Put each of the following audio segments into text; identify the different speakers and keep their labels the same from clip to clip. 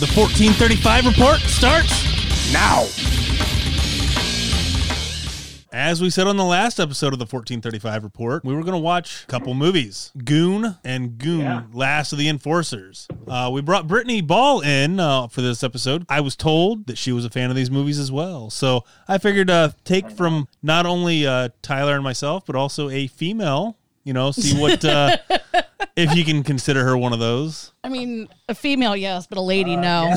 Speaker 1: The 1435 report starts.
Speaker 2: Now.
Speaker 1: As we said on the last episode of the 1435 report, we were going to watch a couple movies Goon and Goon,
Speaker 2: Yeah.
Speaker 1: Last of the Enforcers. Uh, we brought Brittany Ball in uh, for this episode. I was told that she was a fan of these movies as well. So I figured uh, take from not only uh, Tyler and myself, but also a female, you know, see what, uh, if you can consider her one of those.
Speaker 3: I mean, a female, yes, but a lady,
Speaker 2: Uh,
Speaker 3: no.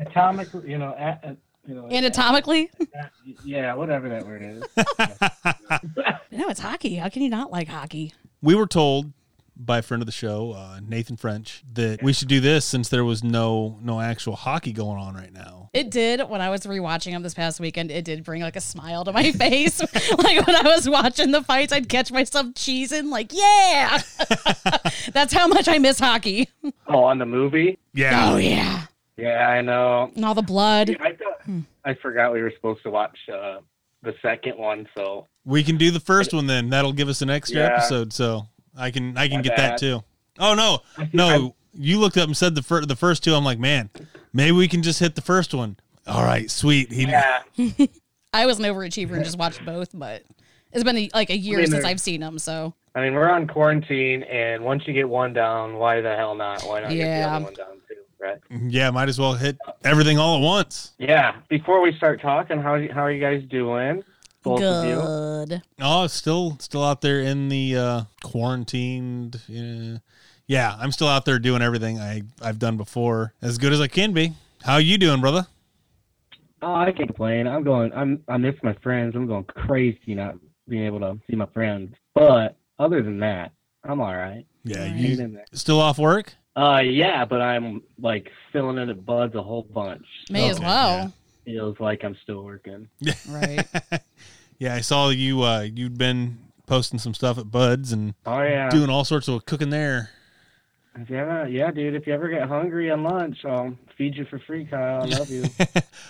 Speaker 2: Atomically, you know, a, a- you know,
Speaker 3: Anatomically,
Speaker 2: yeah, whatever that word is.
Speaker 3: no, it's hockey. How can you not like hockey?
Speaker 1: we were told by a friend of the show, uh, Nathan French, that we should do this since there was no no actual hockey going on right now.
Speaker 3: It did when I was rewatching them this past weekend. It did bring like a smile to my face. like when I was watching the fights, I'd catch myself cheesing, like, yeah. That's how much I miss hockey.
Speaker 2: oh, on the movie?
Speaker 1: Yeah.
Speaker 3: Oh, yeah.
Speaker 2: Yeah, I know.
Speaker 3: And all the Hmm. blood.
Speaker 2: I thought, I forgot we were supposed to watch uh, the second one, so
Speaker 1: We can do the first one then. That'll give us an extra
Speaker 2: Yeah.
Speaker 1: episode so I can I can
Speaker 2: My
Speaker 1: get that
Speaker 2: bad.
Speaker 1: too. Oh no. No, you looked up and said the fir- the first two. I'm like, "Man, maybe we can just hit the first one." All right, sweet. He
Speaker 2: yeah.
Speaker 3: I was an overachiever and just watched both, but it's been like a year
Speaker 2: I mean,
Speaker 3: since
Speaker 2: they're-
Speaker 3: I've seen them. So
Speaker 2: I mean, we're on quarantine, and once you get one down, why the hell not? Why not get the
Speaker 3: Yeah.
Speaker 2: other one down too, right?
Speaker 1: yeah, might as well hit everything all at once.
Speaker 2: Yeah. Before we start talking, how how are you guys doing? Both of you.
Speaker 3: good.
Speaker 1: Oh, it's still still out there in the uh, quarantined. Uh, yeah, I'm still out there doing everything I I've done before as good as I can be. How you doing, brother?
Speaker 2: Oh, I can't complain. I'm going. I'm. I miss my friends. I'm going crazy not being able to see my friends. But other than that, I'm all right.
Speaker 1: Yeah,
Speaker 3: Alright.
Speaker 2: Hanging
Speaker 1: you
Speaker 2: in there.
Speaker 1: still off work?
Speaker 2: Uh, yeah, but I'm like filling in the buds a whole bunch.
Speaker 3: May as
Speaker 1: Okay,
Speaker 3: well.
Speaker 2: Feels like I'm still working.
Speaker 3: Right.
Speaker 1: Yeah, I saw you. Uh, you'd been posting some stuff at Buds and
Speaker 2: Oh yeah.
Speaker 1: doing all sorts of cooking there.
Speaker 2: If you ever, yeah, dude. If you ever get hungry on lunch, I'll feed you for free, Kyle. I love you.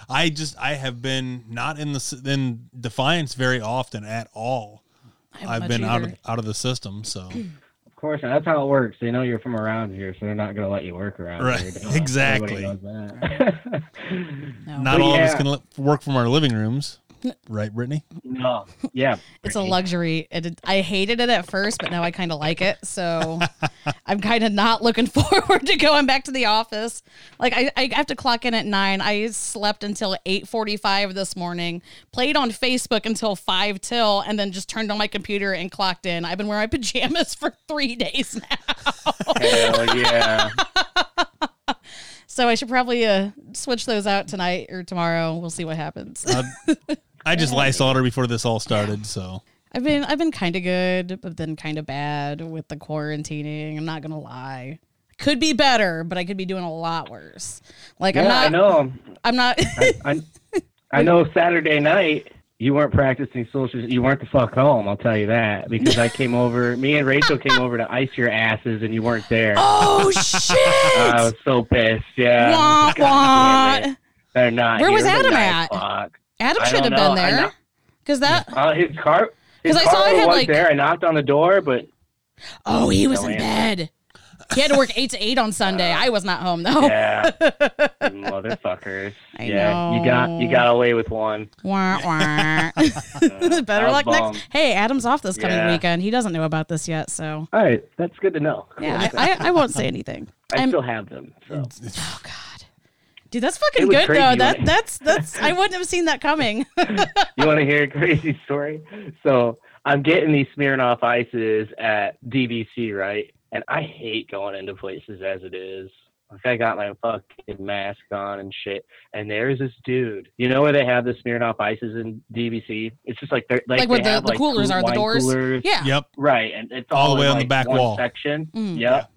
Speaker 1: I just I have been not in the s- in defiance very often at all.
Speaker 3: I haven't
Speaker 1: I've
Speaker 3: much
Speaker 1: been out of
Speaker 3: either.
Speaker 1: out of the system. So
Speaker 2: Of course, and that's how it works. They know you're from around here, so they're not gonna let you work around
Speaker 1: Right,
Speaker 2: here. Everybody
Speaker 1: exactly.
Speaker 2: knows that.
Speaker 3: No.
Speaker 1: not
Speaker 2: But
Speaker 1: all of us
Speaker 2: yeah.
Speaker 1: can li- work from our living rooms, right, Brittany?
Speaker 2: no, yeah,
Speaker 3: It's a luxury. It, it- I hated it at first, but now I kind of like it. So I'm kind of not looking forward to going back to the office. Like I, I have to clock in at nine. I slept until eight forty-five this morning. Played on Facebook until five till, and then just turned on my computer and clocked in. I've been wearing my pajamas for three days now.
Speaker 2: Hell yeah.
Speaker 3: so I should probably uh, switch those out tonight or tomorrow. We'll see what happens.
Speaker 1: I- I just Lysol her before this all started, so
Speaker 3: I've been I've been kind of good, but then kind of bad with the quarantining. I'm not gonna lie. Could be better, but I could be doing a lot worse. Like
Speaker 2: yeah, I
Speaker 3: I'm not.
Speaker 2: know.
Speaker 3: I am not.
Speaker 2: I, I know Saturday night you weren't practicing social. You weren't the fuck home. I'll tell you that because I came over. Me and Rachel came over to ice your asses, and you weren't there.
Speaker 3: oh shit!
Speaker 2: I was so pissed. Yeah.
Speaker 3: Wah,
Speaker 2: God damn
Speaker 3: wah.
Speaker 2: it. They're not.
Speaker 3: Where
Speaker 2: here
Speaker 3: was
Speaker 2: by
Speaker 3: Adam
Speaker 2: nine
Speaker 3: at?
Speaker 2: o'clock.
Speaker 3: Adam
Speaker 2: I
Speaker 3: should have
Speaker 2: don't
Speaker 3: been
Speaker 2: know. I
Speaker 3: there.
Speaker 2: know.
Speaker 3: Cause that.
Speaker 2: Uh, his car. His
Speaker 3: 'Cause I
Speaker 2: car
Speaker 3: saw it had,
Speaker 2: was
Speaker 3: like-
Speaker 2: there. I knocked on the door, but
Speaker 3: Oh, he was
Speaker 2: No
Speaker 3: in
Speaker 2: answer.
Speaker 3: bed. He had to work eight to eight on Sunday. I was not home though.
Speaker 2: yeah, motherfuckers.
Speaker 3: Oh. I
Speaker 2: yeah, you got you
Speaker 3: know.
Speaker 2: got away with one.
Speaker 3: Wah, wah. Better
Speaker 2: I was
Speaker 3: luck
Speaker 2: bummed.
Speaker 3: next. Hey, Adam's off this coming
Speaker 2: Yeah.
Speaker 3: weekend. He doesn't know about this yet, so
Speaker 2: All right, that's good to know.
Speaker 3: yeah, I, I, I won't say anything.
Speaker 2: I
Speaker 3: I'm-
Speaker 2: still have them. So.
Speaker 3: Oh God, dude, that's
Speaker 2: It
Speaker 3: fucking
Speaker 2: was
Speaker 3: good
Speaker 2: crazy,
Speaker 3: though.
Speaker 2: wasn't
Speaker 3: That
Speaker 2: it?
Speaker 3: that's that's I wouldn't have seen that coming.
Speaker 2: You want to hear a crazy story? So I'm getting these Smirnoff ices at DVC, right? And I hate going into places as it is. Like I got my fucking mask on and shit. And there's this dude. You know where they have the Smirnoff ices in DVC? It's just like they're like,
Speaker 3: Like where
Speaker 2: they
Speaker 3: the-
Speaker 2: have,
Speaker 3: the coolers
Speaker 2: cool
Speaker 3: are, the
Speaker 2: wine
Speaker 3: doors?
Speaker 2: coolers.
Speaker 3: yeah,
Speaker 1: yep.
Speaker 2: Right, and it's
Speaker 1: All
Speaker 2: all,
Speaker 1: the way
Speaker 2: in,
Speaker 1: on the
Speaker 2: like,
Speaker 1: back
Speaker 2: one
Speaker 1: wall.
Speaker 2: section.
Speaker 3: Mm.
Speaker 2: Yep.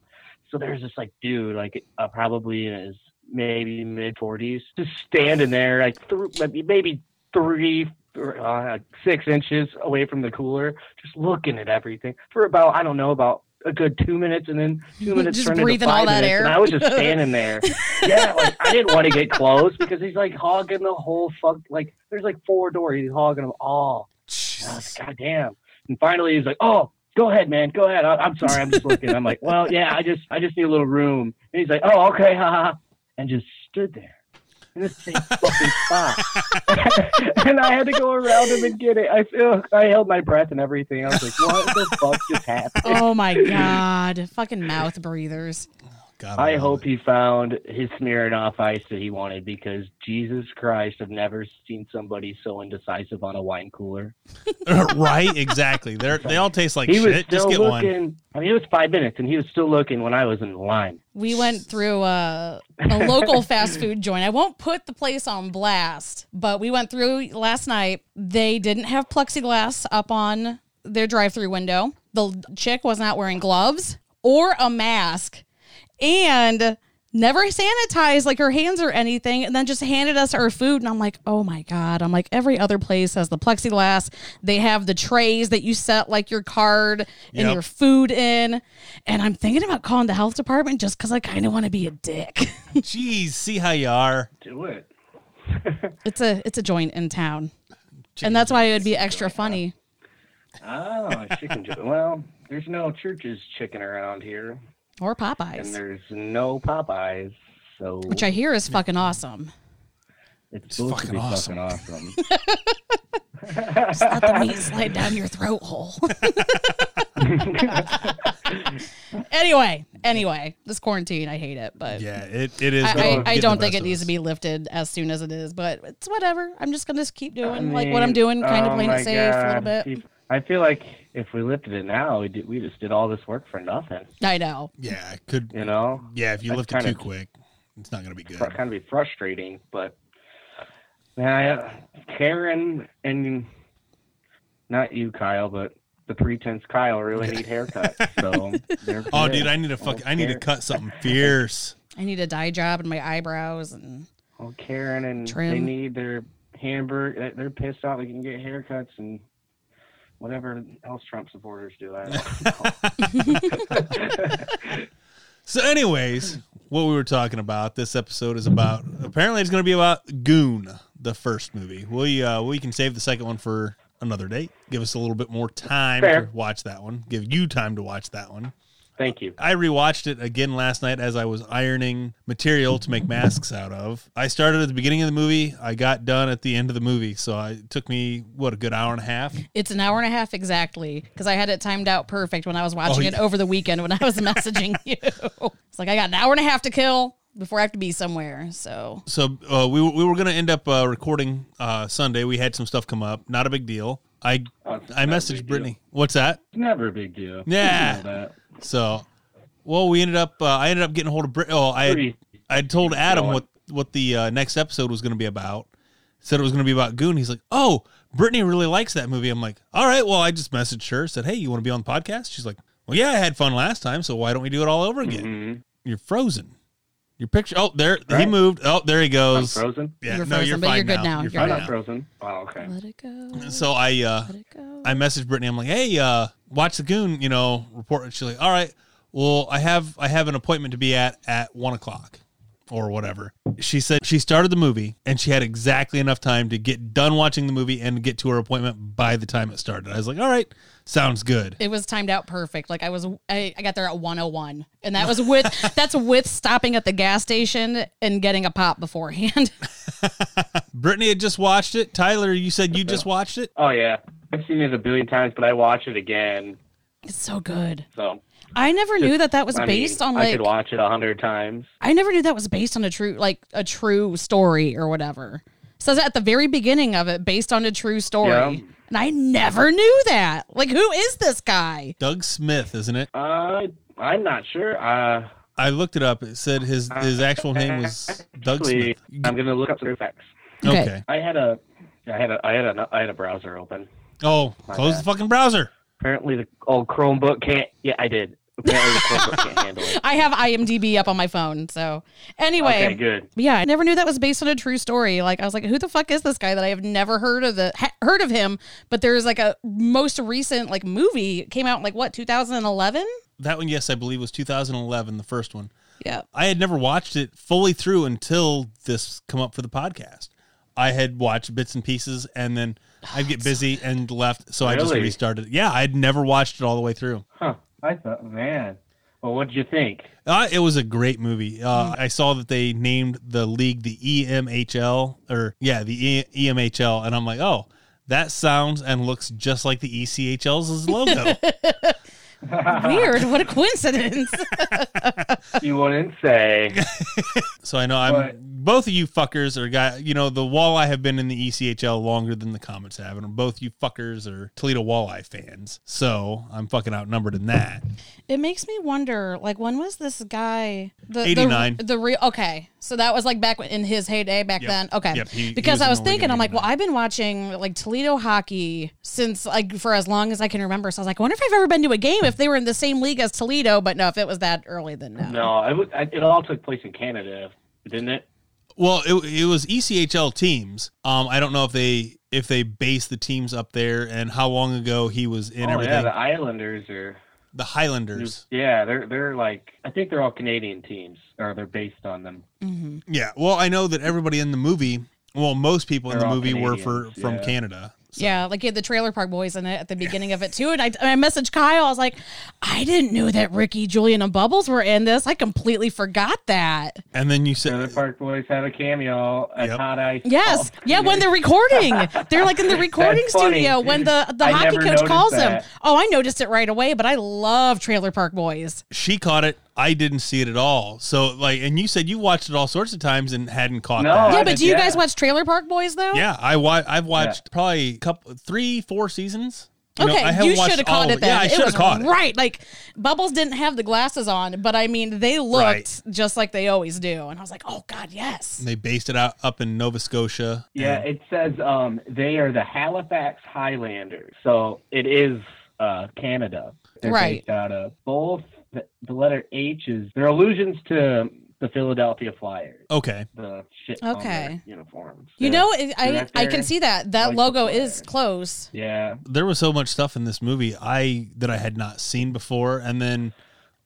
Speaker 2: So there's this like dude, like uh, probably in his maybe mid 40s, just standing there, like through maybe maybe three, or, uh, six inches away from the cooler, just looking at everything for about I don't know about a good two minutes, and then two minutes
Speaker 3: Just
Speaker 2: turned into
Speaker 3: breathing
Speaker 2: five
Speaker 3: all that
Speaker 2: minutes,
Speaker 3: air.
Speaker 2: and I was just standing there. yeah, like I didn't want to get close because he's like hogging the whole fuck. Like there's like four doors, he's hogging them all. And I was like, God damn. And finally, he's like, oh, go ahead, man. Go ahead. I- I'm sorry. I'm just looking. I'm like, well, yeah, I just, I just need a little room. And he's like, oh, okay. Ha, ha. ha." and just stood there in the same fucking spot. and I had to go around him and get it. I feel I held my breath and everything. I was like, what the fuck just happened?
Speaker 3: Oh my god, fucking mouth breathers.
Speaker 1: God,
Speaker 2: I
Speaker 1: love
Speaker 2: hope
Speaker 1: it.
Speaker 2: he found his Smirnoff ice that he wanted because Jesus Christ, I've never seen somebody so indecisive on a wine cooler.
Speaker 1: right, exactly. They they all taste like
Speaker 2: he was
Speaker 1: shit. Just
Speaker 2: still
Speaker 1: get one.
Speaker 2: looking. I mean, it was five minutes, and he was still looking when I was in line.
Speaker 3: We went through a, a local fast food joint. I won't put the place on blast, but we went through last night. They didn't have plexiglass up on their drive through window. The chick was not wearing gloves or a mask and never sanitized like her hands or anything and then just handed us our food and i'm like oh my god i'm like every other place has the plexiglass they have the trays that you set like your card and
Speaker 1: Yep.
Speaker 3: your food in and i'm thinking about calling the health department just because i kind of want to be a dick
Speaker 1: Jeez, see how you are.
Speaker 2: Do it.
Speaker 3: it's a it's a joint in town and that's why it would be extra funny
Speaker 2: Oh, chicken. jo- well, there's no churches chicken around here,
Speaker 3: or
Speaker 2: and
Speaker 3: popeyes
Speaker 2: there's no Popeyes, so
Speaker 3: which i hear is fucking awesome
Speaker 2: it's supposed
Speaker 1: fucking
Speaker 2: to be
Speaker 1: awesome.
Speaker 2: fucking awesome.
Speaker 3: just let the meat slide down your throat hole anyway anyway this quarantine i hate it but
Speaker 1: Yeah, it, it is.
Speaker 3: I, I, I
Speaker 1: getting
Speaker 3: don't
Speaker 1: the
Speaker 3: think
Speaker 1: best
Speaker 3: it
Speaker 1: of
Speaker 3: needs to
Speaker 1: us.
Speaker 3: be lifted as soon as it is, but it's whatever. I'm just gonna just keep doing
Speaker 2: I
Speaker 3: like what I'm
Speaker 2: mean,
Speaker 3: doing, kind
Speaker 2: oh
Speaker 3: of playing
Speaker 2: my
Speaker 3: it safe a little
Speaker 2: God.
Speaker 3: bit.
Speaker 2: If- I feel like if we lifted it now, we, did, we just did all this work for nothing.
Speaker 3: I know.
Speaker 1: Yeah, it could.
Speaker 2: You know,
Speaker 1: Yeah, if you
Speaker 2: That's
Speaker 1: lift it too
Speaker 2: kinda-
Speaker 1: quick, it's not going to be good.
Speaker 2: kind of be frustrating, but man, I, Karen and not you, Kyle, but the pretense Kyle really need haircuts. So they're
Speaker 1: Oh,
Speaker 2: good.
Speaker 1: dude, I need to fuck. I need to
Speaker 2: Okay.
Speaker 1: cut something fierce.
Speaker 3: I need a dye job and my eyebrows and
Speaker 2: Well, Karen and they
Speaker 3: Trim.
Speaker 2: need their hamburger. They're pissed off. They can get haircuts and whatever else Trump supporters do. I don't know.
Speaker 1: So, anyways, what we were talking about this episode is about. Apparently, it's going to be about Goon, the first movie. We uh, we can save the second one for another day. Give us a little bit more time
Speaker 2: Fair.
Speaker 1: to watch that one. Give you time to watch that one.
Speaker 2: Thank you.
Speaker 1: I rewatched it again last night as I was ironing material to make masks out of. I started at the beginning of the movie. I got done at the end of the movie, so I, it took me what a good hour and a half.
Speaker 3: it's an hour and a half exactly because I had it timed out perfect when I was watching it
Speaker 1: Oh, yeah.
Speaker 3: over the weekend when I was messaging you. It's like I got an hour and a half to kill before I have to be somewhere. So
Speaker 1: So uh, we we were gonna end up uh, recording uh, Sunday. We had some stuff come up. Not a big deal. I
Speaker 2: Oh, it's
Speaker 1: I
Speaker 2: not a
Speaker 1: messaged
Speaker 2: big
Speaker 1: Brittany.
Speaker 2: deal.
Speaker 1: What's that?
Speaker 2: It's never a big deal.
Speaker 1: Yeah.
Speaker 2: You know that.
Speaker 1: So, well, we ended up. Uh, I ended up getting a hold of Brit. Oh, I had,
Speaker 2: Pretty-
Speaker 1: I had told Adam
Speaker 2: going.
Speaker 1: what what the uh, next episode was going to be about. Said it was going to be about Goon. He's like, "Oh, Brittany really likes that movie." I'm like, "All right, well, I just messaged her. Said, hey, you want to be on the podcast?" She's like, "Well, yeah, I had fun last time, so why don't we do it all over again?"
Speaker 2: Mhm.
Speaker 1: You're frozen. Your picture. Oh, there he
Speaker 2: Right.
Speaker 1: moved. Oh, there he
Speaker 2: I'm
Speaker 1: goes.
Speaker 2: frozen.
Speaker 1: Yeah,
Speaker 3: You're
Speaker 1: no,
Speaker 3: frozen,
Speaker 1: you're
Speaker 3: but
Speaker 1: fine
Speaker 3: you're good
Speaker 1: now.
Speaker 3: now.
Speaker 1: You're fine
Speaker 3: You're
Speaker 2: I'm
Speaker 3: good
Speaker 1: now.
Speaker 2: not frozen. Oh, okay.
Speaker 3: let it go.
Speaker 1: So I uh,
Speaker 3: let it go.
Speaker 1: I messaged Brittany. I'm like, hey, uh, watch the goon. You know, report. And she's like, all right. Well, I have I have an appointment to be at at one o'clock, or whatever. She said she started the movie and she had exactly enough time to get done watching the movie and get to her appointment by the time it started. I was like, all right, sounds good.
Speaker 3: It was timed out perfect. Like I was, I, I got there at 101, and that was with that's with stopping at the gas station and getting a pop beforehand.
Speaker 1: Brittany had just watched it. Tyler, you said you just watched it.
Speaker 2: Oh yeah, I've seen it a billion times, but I watch it again.
Speaker 3: it's so good.
Speaker 2: So
Speaker 3: I never knew that that was
Speaker 2: I mean,
Speaker 3: based on
Speaker 2: I
Speaker 3: like
Speaker 2: could watch it a hundred times.
Speaker 3: I never knew that was based on a true like a true story or whatever. It says it at the very beginning of it, based on a true story,
Speaker 2: Yeah.
Speaker 3: and I never knew that. Like, who is this guy?
Speaker 1: Doug Smith, isn't it?
Speaker 2: Uh, I'm not sure. Uh,
Speaker 1: I looked it up. It said his his actual name was Doug
Speaker 2: actually,
Speaker 1: Smith.
Speaker 2: I'm gonna look up the facts.
Speaker 3: Okay.
Speaker 1: Okay.
Speaker 2: I had a, I had a, I had a, I had a browser open.
Speaker 1: Oh, close the fucking browser.
Speaker 2: Apparently, the old Chromebook can't. Yeah, I did. Apparently, the Chromebook can't handle it.
Speaker 3: I have IMDb up on my phone, so anyway.
Speaker 2: Okay, good.
Speaker 3: Yeah, I never knew that was based on a true story. Like I was like, who the fuck is this guy that I have never heard of the ha- heard of him? But there's like a most recent like movie came out in, like what 2011?
Speaker 1: That one, yes, I believe was 2011, the first one.
Speaker 3: Yeah.
Speaker 1: I had never watched it fully through until this come up for the podcast. I had watched bits and pieces, and then I'd get busy and left, so I just
Speaker 2: Really?
Speaker 1: restarted. Yeah, I'd never watched it all the way through.
Speaker 2: Huh? I thought, man, Well, what'd you think?
Speaker 1: Uh, it was a great movie. Uh, I saw that they named the league the E EMHL, or yeah, the e- EMHL, and I'm like, oh, that sounds and looks just like the E ECHL's logo.
Speaker 3: Weird. What a coincidence.
Speaker 2: You wouldn't say.
Speaker 1: so I know I'm
Speaker 2: But-
Speaker 1: both of you fuckers are got you know the walleye have been in the E ECHL longer than the Comets have, and both you fuckers are Toledo walleye fans. So I'm fucking outnumbered in that.
Speaker 3: It makes me wonder, like, when was this guy? The,
Speaker 1: 89.
Speaker 3: The, the real. Okay, so that was like back in his heyday back
Speaker 1: Yep.
Speaker 3: then. Okay,
Speaker 1: Yep, he- he
Speaker 3: because
Speaker 1: was
Speaker 3: I
Speaker 1: in
Speaker 3: was
Speaker 1: the league
Speaker 3: thinking,
Speaker 1: in
Speaker 3: I'm like, well,
Speaker 1: 89.
Speaker 3: I've been watching like Toledo hockey since like for as long as I can remember. So I was like, I wonder if I've ever been to a game if they were in the same league as Toledo. But no, if it was that early, then no.
Speaker 2: No, it, was, it all took place in Canada, didn't it?
Speaker 1: Well, it, it was E ECHL teams. Um, I don't know if they if they base the teams up there and how long ago he was in
Speaker 2: oh
Speaker 1: everything.
Speaker 2: yeah, the
Speaker 1: the,
Speaker 2: Islanders are.
Speaker 1: Highlanders.
Speaker 2: Yeah, they're they're like I think they're all Canadian teams, or they're based on them.
Speaker 3: Mhm.
Speaker 1: Yeah. Well, I know that everybody in the movie, well, most people in
Speaker 2: They're
Speaker 1: the
Speaker 2: all
Speaker 1: movie were for
Speaker 2: Canadians,
Speaker 1: from
Speaker 2: yeah.
Speaker 1: Canada. So-
Speaker 3: Yeah, like he had the Trailer Park Boys in it at the beginning of it too, and I, and I messaged Kyle. I was like, I didn't know that Ricky, Julian, and Bubbles were in this. I completely forgot that.
Speaker 1: And then you
Speaker 2: Trailer
Speaker 1: said,
Speaker 2: Park Boys had a Oh, cameo at
Speaker 1: Yep.
Speaker 2: Hot Ice.
Speaker 3: Yes.
Speaker 2: Hall.
Speaker 3: yeah, when they're recording. They're like in the recording
Speaker 2: That's funny.
Speaker 3: studio when the, the
Speaker 2: I
Speaker 3: hockey
Speaker 2: never
Speaker 3: coach
Speaker 2: noticed
Speaker 3: calls
Speaker 2: that.
Speaker 3: him. Oh, I noticed it right away, but I love Trailer Park Boys.
Speaker 1: she caught it. I didn't see it at all. So, like, and you said you watched it all sorts of times and hadn't caught
Speaker 2: No,
Speaker 1: that.
Speaker 2: I
Speaker 3: yeah, but
Speaker 2: did,
Speaker 3: do you
Speaker 2: yeah.
Speaker 3: guys watch Trailer Park Boys though?
Speaker 1: Yeah, I wa- I've watched probably a couple, three, four seasons. know,
Speaker 3: Okay,
Speaker 1: I haven't
Speaker 3: you
Speaker 1: watched
Speaker 3: should have
Speaker 1: all
Speaker 3: caught
Speaker 1: of
Speaker 3: it then.
Speaker 1: Yeah, I should
Speaker 3: it was
Speaker 1: have caught it.
Speaker 3: right. Like Bubbles didn't have the glasses on, but I mean they looked
Speaker 1: Right.
Speaker 3: just like they always do. And I was like, Oh god, yes.
Speaker 1: They based it out up in Nova Scotia.
Speaker 2: Yeah, it says um, they are the Halifax Highlanders, so it is uh, Canada. They're
Speaker 3: Right.
Speaker 2: based out of both the, the letter H is their allusions to the Philadelphia Flyers,
Speaker 1: Okay.
Speaker 2: the shit on
Speaker 3: Okay.
Speaker 2: their uniforms.
Speaker 3: You
Speaker 2: Yeah.
Speaker 3: know, it,
Speaker 2: They're
Speaker 3: I
Speaker 2: right
Speaker 3: I
Speaker 2: there.
Speaker 3: can see that. That
Speaker 2: Like the
Speaker 3: logo is
Speaker 2: flag.
Speaker 3: close.
Speaker 2: Yeah,
Speaker 1: there was so much stuff in this movie I that I had not seen before, and then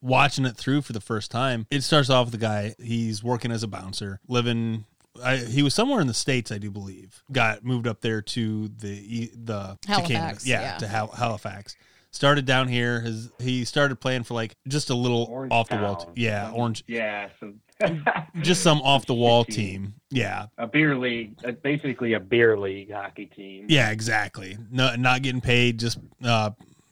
Speaker 1: watching it through for the first time, it starts off with a guy he's working as a bouncer, living. I, he was somewhere in the states, I do believe. Got moved up there to the E- the to Canada,
Speaker 3: Halifax,
Speaker 1: yeah,
Speaker 3: yeah.
Speaker 1: to Hal- Halifax. Started down here. His he started playing for like just a little
Speaker 2: Orange
Speaker 1: off the wall,
Speaker 2: Town.
Speaker 1: t- yeah, orange,
Speaker 2: yeah. So
Speaker 1: just some off the wall
Speaker 2: Shitty.
Speaker 1: team, yeah,
Speaker 2: a beer league, uh, basically a beer league hockey team.
Speaker 1: Yeah, exactly. No, not getting paid, just uh,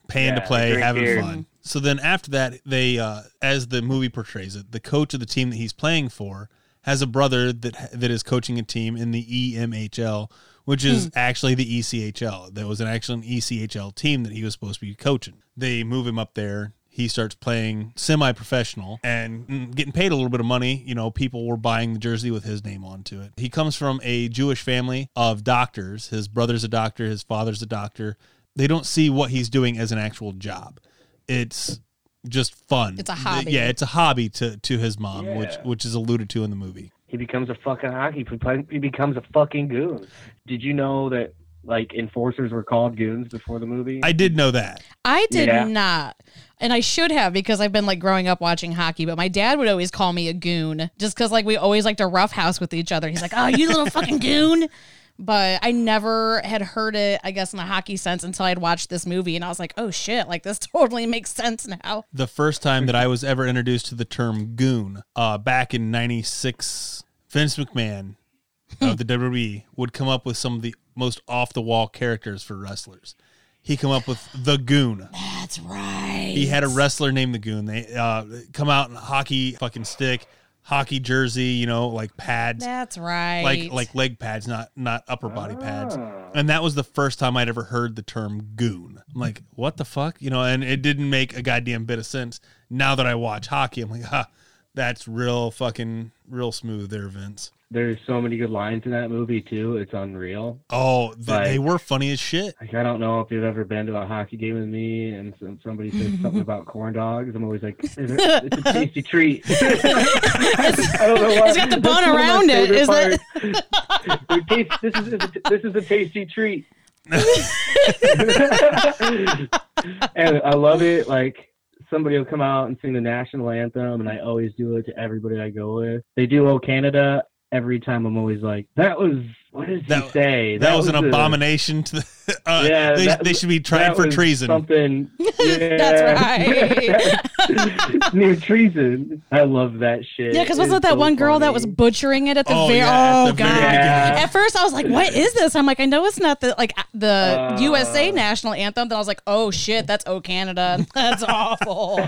Speaker 1: paying to
Speaker 2: Yeah,
Speaker 1: play,
Speaker 2: drink
Speaker 1: having
Speaker 2: beer.
Speaker 1: fun. So then after that, they, uh, as the movie portrays it, the coach of the team that he's playing for has a brother that that is coaching a team in the E EMHL, which is actually the E ECHL. That was an actual E ECHL team that he was supposed to be coaching. They move him up there. He starts playing semi-professional and mm, getting paid a little bit of money. You know, people were buying the jersey with his name onto it. He comes from a Jewish family of doctors. His brother's a doctor. His father's a doctor. They don't see what he's doing as an actual job. It's just fun.
Speaker 3: It's a hobby.
Speaker 1: Yeah, it's a hobby to to his mom,
Speaker 2: Yeah.
Speaker 1: which which is alluded to in the movie.
Speaker 2: He becomes a fucking hockey. p- He becomes a fucking goon. Did you know that like enforcers were called goons before the movie?
Speaker 1: I did know that.
Speaker 3: I did
Speaker 2: Yeah.
Speaker 3: not. And I should have because I've been like growing up watching hockey, but my dad would always call me a goon just because like we always like to roughhouse with each other. He's like, oh, you little fucking goon. But I never had heard it, I guess, in a hockey sense until I'd watched this movie and I was like, oh shit, like this totally makes sense now.
Speaker 1: The first time that I was ever introduced to the term goon, uh, back in '96, Vince McMahon of the WWE would come up with some of the most off the wall characters for wrestlers. He come up with the goon.
Speaker 3: That's right.
Speaker 1: He had a wrestler named the Goon. They uh, come out in a hockey fucking stick, hockey jersey, you know, like pads,
Speaker 3: That's right.
Speaker 1: like like leg pads, not not upper body pads.
Speaker 2: Ah.
Speaker 1: And that was the first time I'd ever heard the term goon. I'm like, what the fuck? You know, and it didn't make a goddamn bit of sense. Now that I watch hockey, I'm like, ha, that's real fucking real smooth there, Vince.
Speaker 2: There's so many good lines in that movie too. It's unreal.
Speaker 1: Oh, th-
Speaker 2: Right.
Speaker 1: they were funny as shit.
Speaker 2: Like I don't know if you've ever been to a hockey game with me, and some, somebody says something about corn dogs. I'm always like, it's a, it's a tasty treat. I don't know why.
Speaker 3: it's got the bun
Speaker 2: That's one of my
Speaker 3: around it,
Speaker 2: favorite
Speaker 3: is it?
Speaker 2: parts. It tastes- this is this is a tasty treat. and I love it. Like somebody will come out and sing the national anthem, and I always do it to everybody I go with. They do "Oh Canada" every time. I'm always like, "That was What does he
Speaker 1: That-
Speaker 2: say?
Speaker 1: That, was, an
Speaker 2: a-
Speaker 1: abomination. To the, uh,
Speaker 2: Yeah,
Speaker 1: they,
Speaker 2: that-
Speaker 1: they should be tried
Speaker 2: that
Speaker 1: for
Speaker 2: was
Speaker 1: treason.
Speaker 2: Something. Yeah.
Speaker 3: That's right.
Speaker 2: Near treason. I love that shit.
Speaker 3: Yeah, because
Speaker 2: It's
Speaker 3: wasn't that
Speaker 2: so
Speaker 3: one girl that
Speaker 2: funny.
Speaker 3: was butchering it at the
Speaker 1: oh
Speaker 3: very?
Speaker 1: yeah,
Speaker 3: oh
Speaker 1: at the very
Speaker 3: god.
Speaker 1: beginning.
Speaker 2: Yeah.
Speaker 3: At first, I was like, "What is this?" I'm like, "I know it's not the like a- the
Speaker 2: Uh.
Speaker 3: USA national anthem." Then I was like, "Oh shit, that's Oh Canada. That's awful."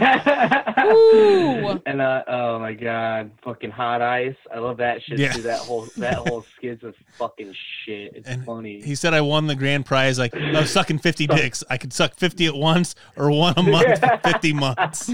Speaker 3: Ooh.
Speaker 2: and uh, oh my god, fucking hot ice! I love that shit.
Speaker 1: Yeah.
Speaker 2: Too. That whole that whole skid's of fucking shit. It's
Speaker 1: And
Speaker 2: funny.
Speaker 1: He said I won the grand prize. Like I was sucking fifty dicks. I could suck fifty at once or one a month for fifty months.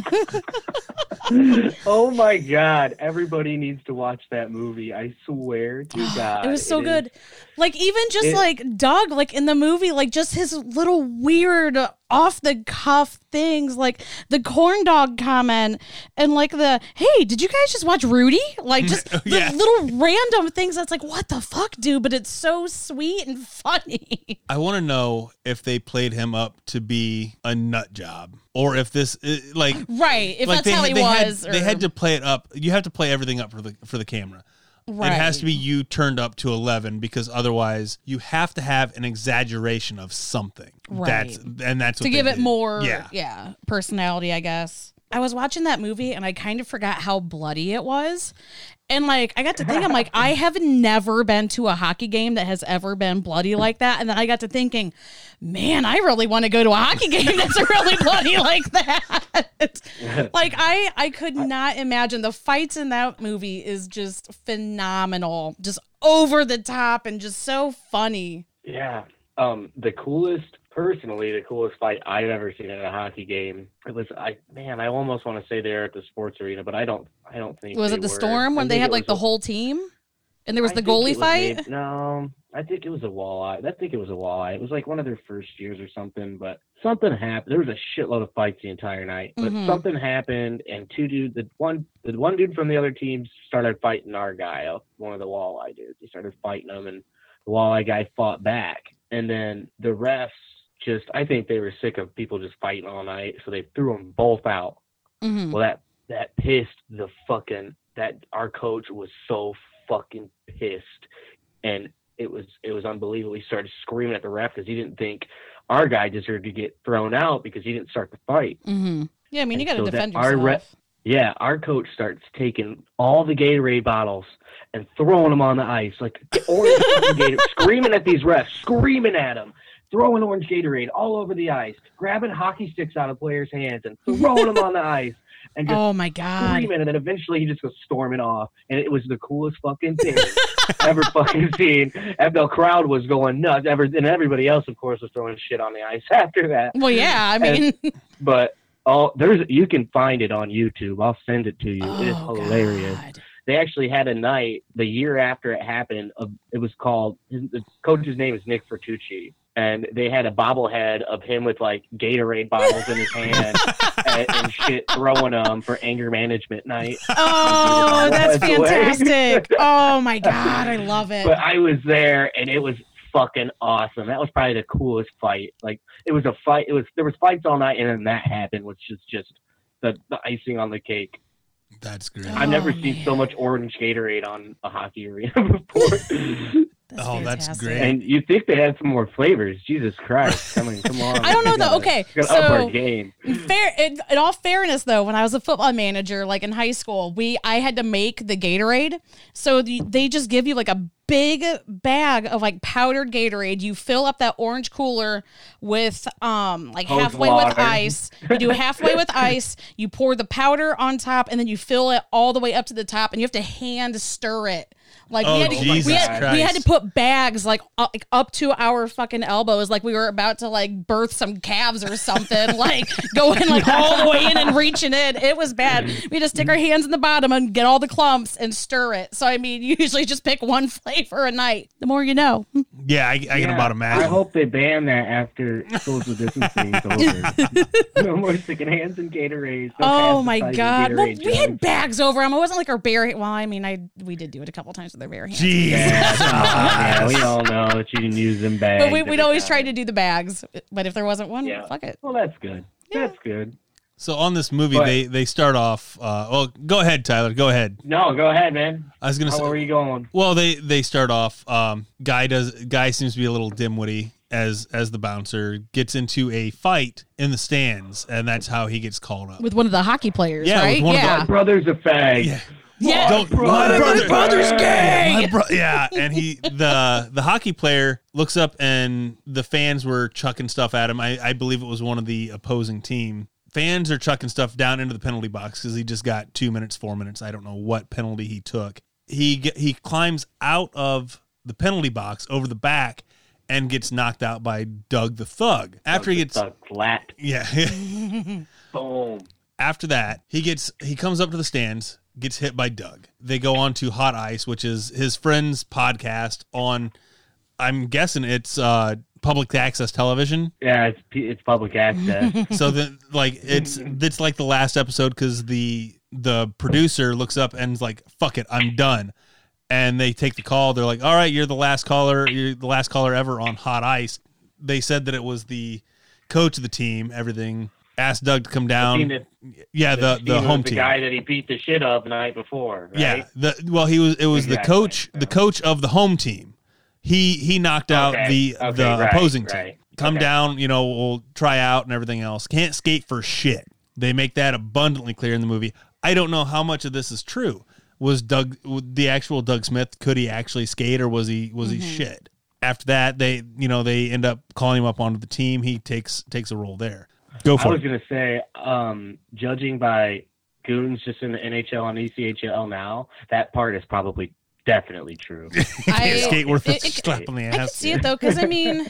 Speaker 2: oh my god, everybody needs to watch that movie. I swear to God,
Speaker 3: It was so
Speaker 2: is-
Speaker 3: good. Like even just
Speaker 2: It-
Speaker 3: like Doug, like in the movie, like just his little weird off the cuff things, like the corn dog comment, and like the hey, did you guys just watch Rudy? Like just
Speaker 2: Oh,
Speaker 3: the
Speaker 1: Yeah.
Speaker 3: little random things. That's like what the fuck, dude. But it's so sweet and funny.
Speaker 1: I want to know if they played him up to be a nut job or if this i- like
Speaker 3: right. If
Speaker 1: like
Speaker 3: that's how he
Speaker 1: they
Speaker 3: was,
Speaker 1: had, they had to play it up. You have to play everything up for the for the camera. It has to be you turned up to 11 because otherwise you have to have an exaggeration of something. That's and that's what they
Speaker 3: to give it
Speaker 1: did.
Speaker 3: more
Speaker 1: Yeah.
Speaker 3: yeah. personality i guess i was watching that movie and i kind of forgot how bloody it was and like i got to think i'm like i have never been to a hockey game that has ever been bloody like that and then i got to thinking man i really want to go to a hockey game that's really bloody like that like i i could not imagine the fights in that movie is just phenomenal just over the top and just so funny
Speaker 2: Yeah. Um, the coolest, personally, the coolest fight I've ever seen at a hockey game. It was I man, I almost want to say they're at the sports arena, but I don't. I don't think
Speaker 3: Was
Speaker 2: they
Speaker 3: it the
Speaker 2: were.
Speaker 3: storm
Speaker 2: I
Speaker 3: when they
Speaker 2: think
Speaker 3: had
Speaker 2: it
Speaker 3: like
Speaker 2: was
Speaker 3: the
Speaker 2: a-
Speaker 3: whole team? And there was
Speaker 2: I
Speaker 3: the
Speaker 2: think it
Speaker 3: goalie
Speaker 2: was
Speaker 3: fight?
Speaker 2: made- no, I think it was a walleye. I think it was a walleye. It was like one of their first years or something, but something happened. There was a shitload of fights the entire night, but
Speaker 3: Mhm.
Speaker 2: something happened, and two dude, the one, the one dude from the other team started fighting our guy, uh, one of the walleye dudes. He started fighting him, and the walleye guy fought back, and then the refs just, I think they were sick of people just fighting all night, so they threw them both out.
Speaker 3: Mhm.
Speaker 2: Well, that that pissed the fucking that our coach was so fucking pissed, and it was it was unbelievable. He started screaming at the ref because he didn't think our guy deserved to get thrown out because he didn't start the fight.
Speaker 3: Mhm. Yeah, I mean, you
Speaker 2: And
Speaker 3: got to
Speaker 2: so that
Speaker 3: defend
Speaker 2: our
Speaker 3: yourself.
Speaker 2: rep- Yeah, our coach starts taking all the Gatorade bottles and throwing them on the ice, like the orange fucking Gatorade, screaming at these refs, screaming at them, throwing orange Gatorade all over the ice, grabbing hockey sticks out of players' hands and throwing them on the ice, and just
Speaker 3: oh my god.
Speaker 2: screaming, and then eventually he just goes storming off, and it was the coolest fucking thing ever fucking seen. And the crowd was going nuts, ever, and everybody else, of course, was throwing shit on the ice after that.
Speaker 3: Well, yeah, I mean,
Speaker 2: But all there's you can find it on YouTube. I'll send it to you.
Speaker 3: oh,
Speaker 2: it is hilarious.
Speaker 3: God.
Speaker 2: They actually had a night the year after it happened. Of, it was called his, the coach's name is Nick Fertucci. And they had a bobblehead of him with like Gatorade bottles in his hand and, and shit throwing them for anger management night.
Speaker 3: Oh, that's
Speaker 2: That's the way.
Speaker 3: fantastic. Oh my god, I love it.
Speaker 2: but I was there and it was fucking awesome. That was probably the coolest fight. Like it was a fight. It was there was fights all night and then that happened, which is just the, the icing on the cake.
Speaker 1: That's great.
Speaker 3: Oh,
Speaker 2: I've never
Speaker 3: man.
Speaker 2: seen so much orange Gatorade on a hockey arena before.
Speaker 3: That's
Speaker 1: Oh, that's
Speaker 3: fantastic.
Speaker 1: great.
Speaker 2: and you think they had some more flavors? Jesus Christ! I mean, come on.
Speaker 3: I don't know
Speaker 2: We
Speaker 3: though.
Speaker 2: gotta-
Speaker 3: Okay,
Speaker 2: we gotta up
Speaker 3: so-
Speaker 2: our game.
Speaker 3: fair in, in all fairness though when i was a football manager like in high school we i had to make the gatorade so the, they just give you like a big bag of like powdered gatorade you fill up that orange cooler with um like
Speaker 2: Hose
Speaker 3: halfway with
Speaker 2: water.
Speaker 3: ice you do halfway with ice you pour the powder on top and then you fill it all the way up to the top and you have to hand stir it like
Speaker 1: Oh,
Speaker 3: we, had to,
Speaker 1: Jesus
Speaker 3: we, had, we had to
Speaker 1: Christ.
Speaker 3: put bags like, uh, like up to our fucking elbows, like we were about to like birth some calves or something, like going like all the way in and reaching in. It was bad. We had to stick our hands in the bottom and get all the clumps and stir it. So I mean, you usually just pick one flavor a night. The more you know.
Speaker 1: Yeah, I, I can
Speaker 2: Yeah,
Speaker 1: about
Speaker 2: I
Speaker 1: imagine.
Speaker 2: hope they ban that after social distancing's over. no more sticking hands in Gatorade. No
Speaker 3: oh my
Speaker 2: pasteurizing
Speaker 3: god! Well,
Speaker 2: Gatorade
Speaker 3: we
Speaker 2: jug.
Speaker 3: had bags over them. It wasn't like our bare. Well, I mean, I we did do it a couple times with our bare hands.
Speaker 1: Jeez.
Speaker 2: Yeah, come on, Oh, man. we all know that you can use them bags.
Speaker 3: But we,
Speaker 2: every
Speaker 3: we'd always
Speaker 2: time.
Speaker 3: try to do the bags. But if there wasn't one,
Speaker 2: Yeah.
Speaker 3: fuck it.
Speaker 2: Well, that's good.
Speaker 3: Yeah.
Speaker 2: That's good.
Speaker 1: So on this movie,
Speaker 2: Go ahead.
Speaker 1: they they start off. Uh, well, go ahead, Tyler. Go ahead.
Speaker 2: No, go ahead, man.
Speaker 1: I was gonna
Speaker 2: How
Speaker 1: say.
Speaker 2: were you going?
Speaker 1: Well, they they start off. Um, guy does guy seems to be a little dimwitty as as the bouncer gets into a fight in the stands, and that's how he gets called up.
Speaker 3: with one of the hockey players,
Speaker 1: Yeah, with
Speaker 3: right?
Speaker 1: one of the-
Speaker 3: yeah.
Speaker 2: My brother's a fag.
Speaker 1: Yeah.
Speaker 3: Yeah.
Speaker 1: Don't-
Speaker 2: brother-
Speaker 1: brother-
Speaker 2: brother's gay.
Speaker 1: My bro- yeah, and he the the hockey player looks up and the fans were chucking stuff at him. I, I believe it was one of the opposing team. Fans are chucking stuff down into the penalty box because he just got two minutes, four minutes. I don't know what penalty he took. He ge- he climbs out of the penalty box over the back and gets knocked out by Doug the Thug. After he gets
Speaker 2: The flat.
Speaker 1: yeah.
Speaker 2: Boom.
Speaker 1: after that, he gets he comes up to the stands, gets hit by Doug. They go on to Hot Ice, which is his friend's podcast on I'm guessing it's uh public access television.
Speaker 2: Yeah, it's p- it's public access.
Speaker 1: So the like it's it's like the last episode cuz the the producer looks up and's like fuck it, I'm done. And they take the call. They're like, "All right, you're the last caller. You're the last caller ever on Hot Ice." They said that it was the coach of the team, everything. Asked Doug to come down.
Speaker 2: Team that-
Speaker 1: yeah, the the,
Speaker 2: team was
Speaker 1: home
Speaker 2: the
Speaker 1: team.
Speaker 2: guy that he beat the shit up the night before. Right?
Speaker 1: Yeah. The well, he was. It was the
Speaker 2: Exactly,
Speaker 1: coach. The coach of the home team. He he knocked out
Speaker 2: Okay,
Speaker 1: the
Speaker 2: okay,
Speaker 1: the
Speaker 2: right,
Speaker 1: opposing team.
Speaker 2: right,
Speaker 1: Come
Speaker 2: okay.
Speaker 1: down. You know, we'll try out and everything else. Can't skate for shit. They make that abundantly clear in the movie. I don't know how much of this is true. Was Doug the actual Doug Smith? Could he actually skate, or was he was
Speaker 3: Mm-hmm.
Speaker 1: he shit? After that, they you know they end up calling him up onto the team. He takes takes a role there. Go
Speaker 2: I
Speaker 1: for
Speaker 2: was
Speaker 1: it.
Speaker 2: gonna say, um, judging by goons just in the NHL and E ECHL now, that part is probably definitely true.
Speaker 1: Can't
Speaker 3: I-
Speaker 1: skate worth a
Speaker 3: it- it-
Speaker 1: slap on the ass.
Speaker 3: I can see it though, because I mean,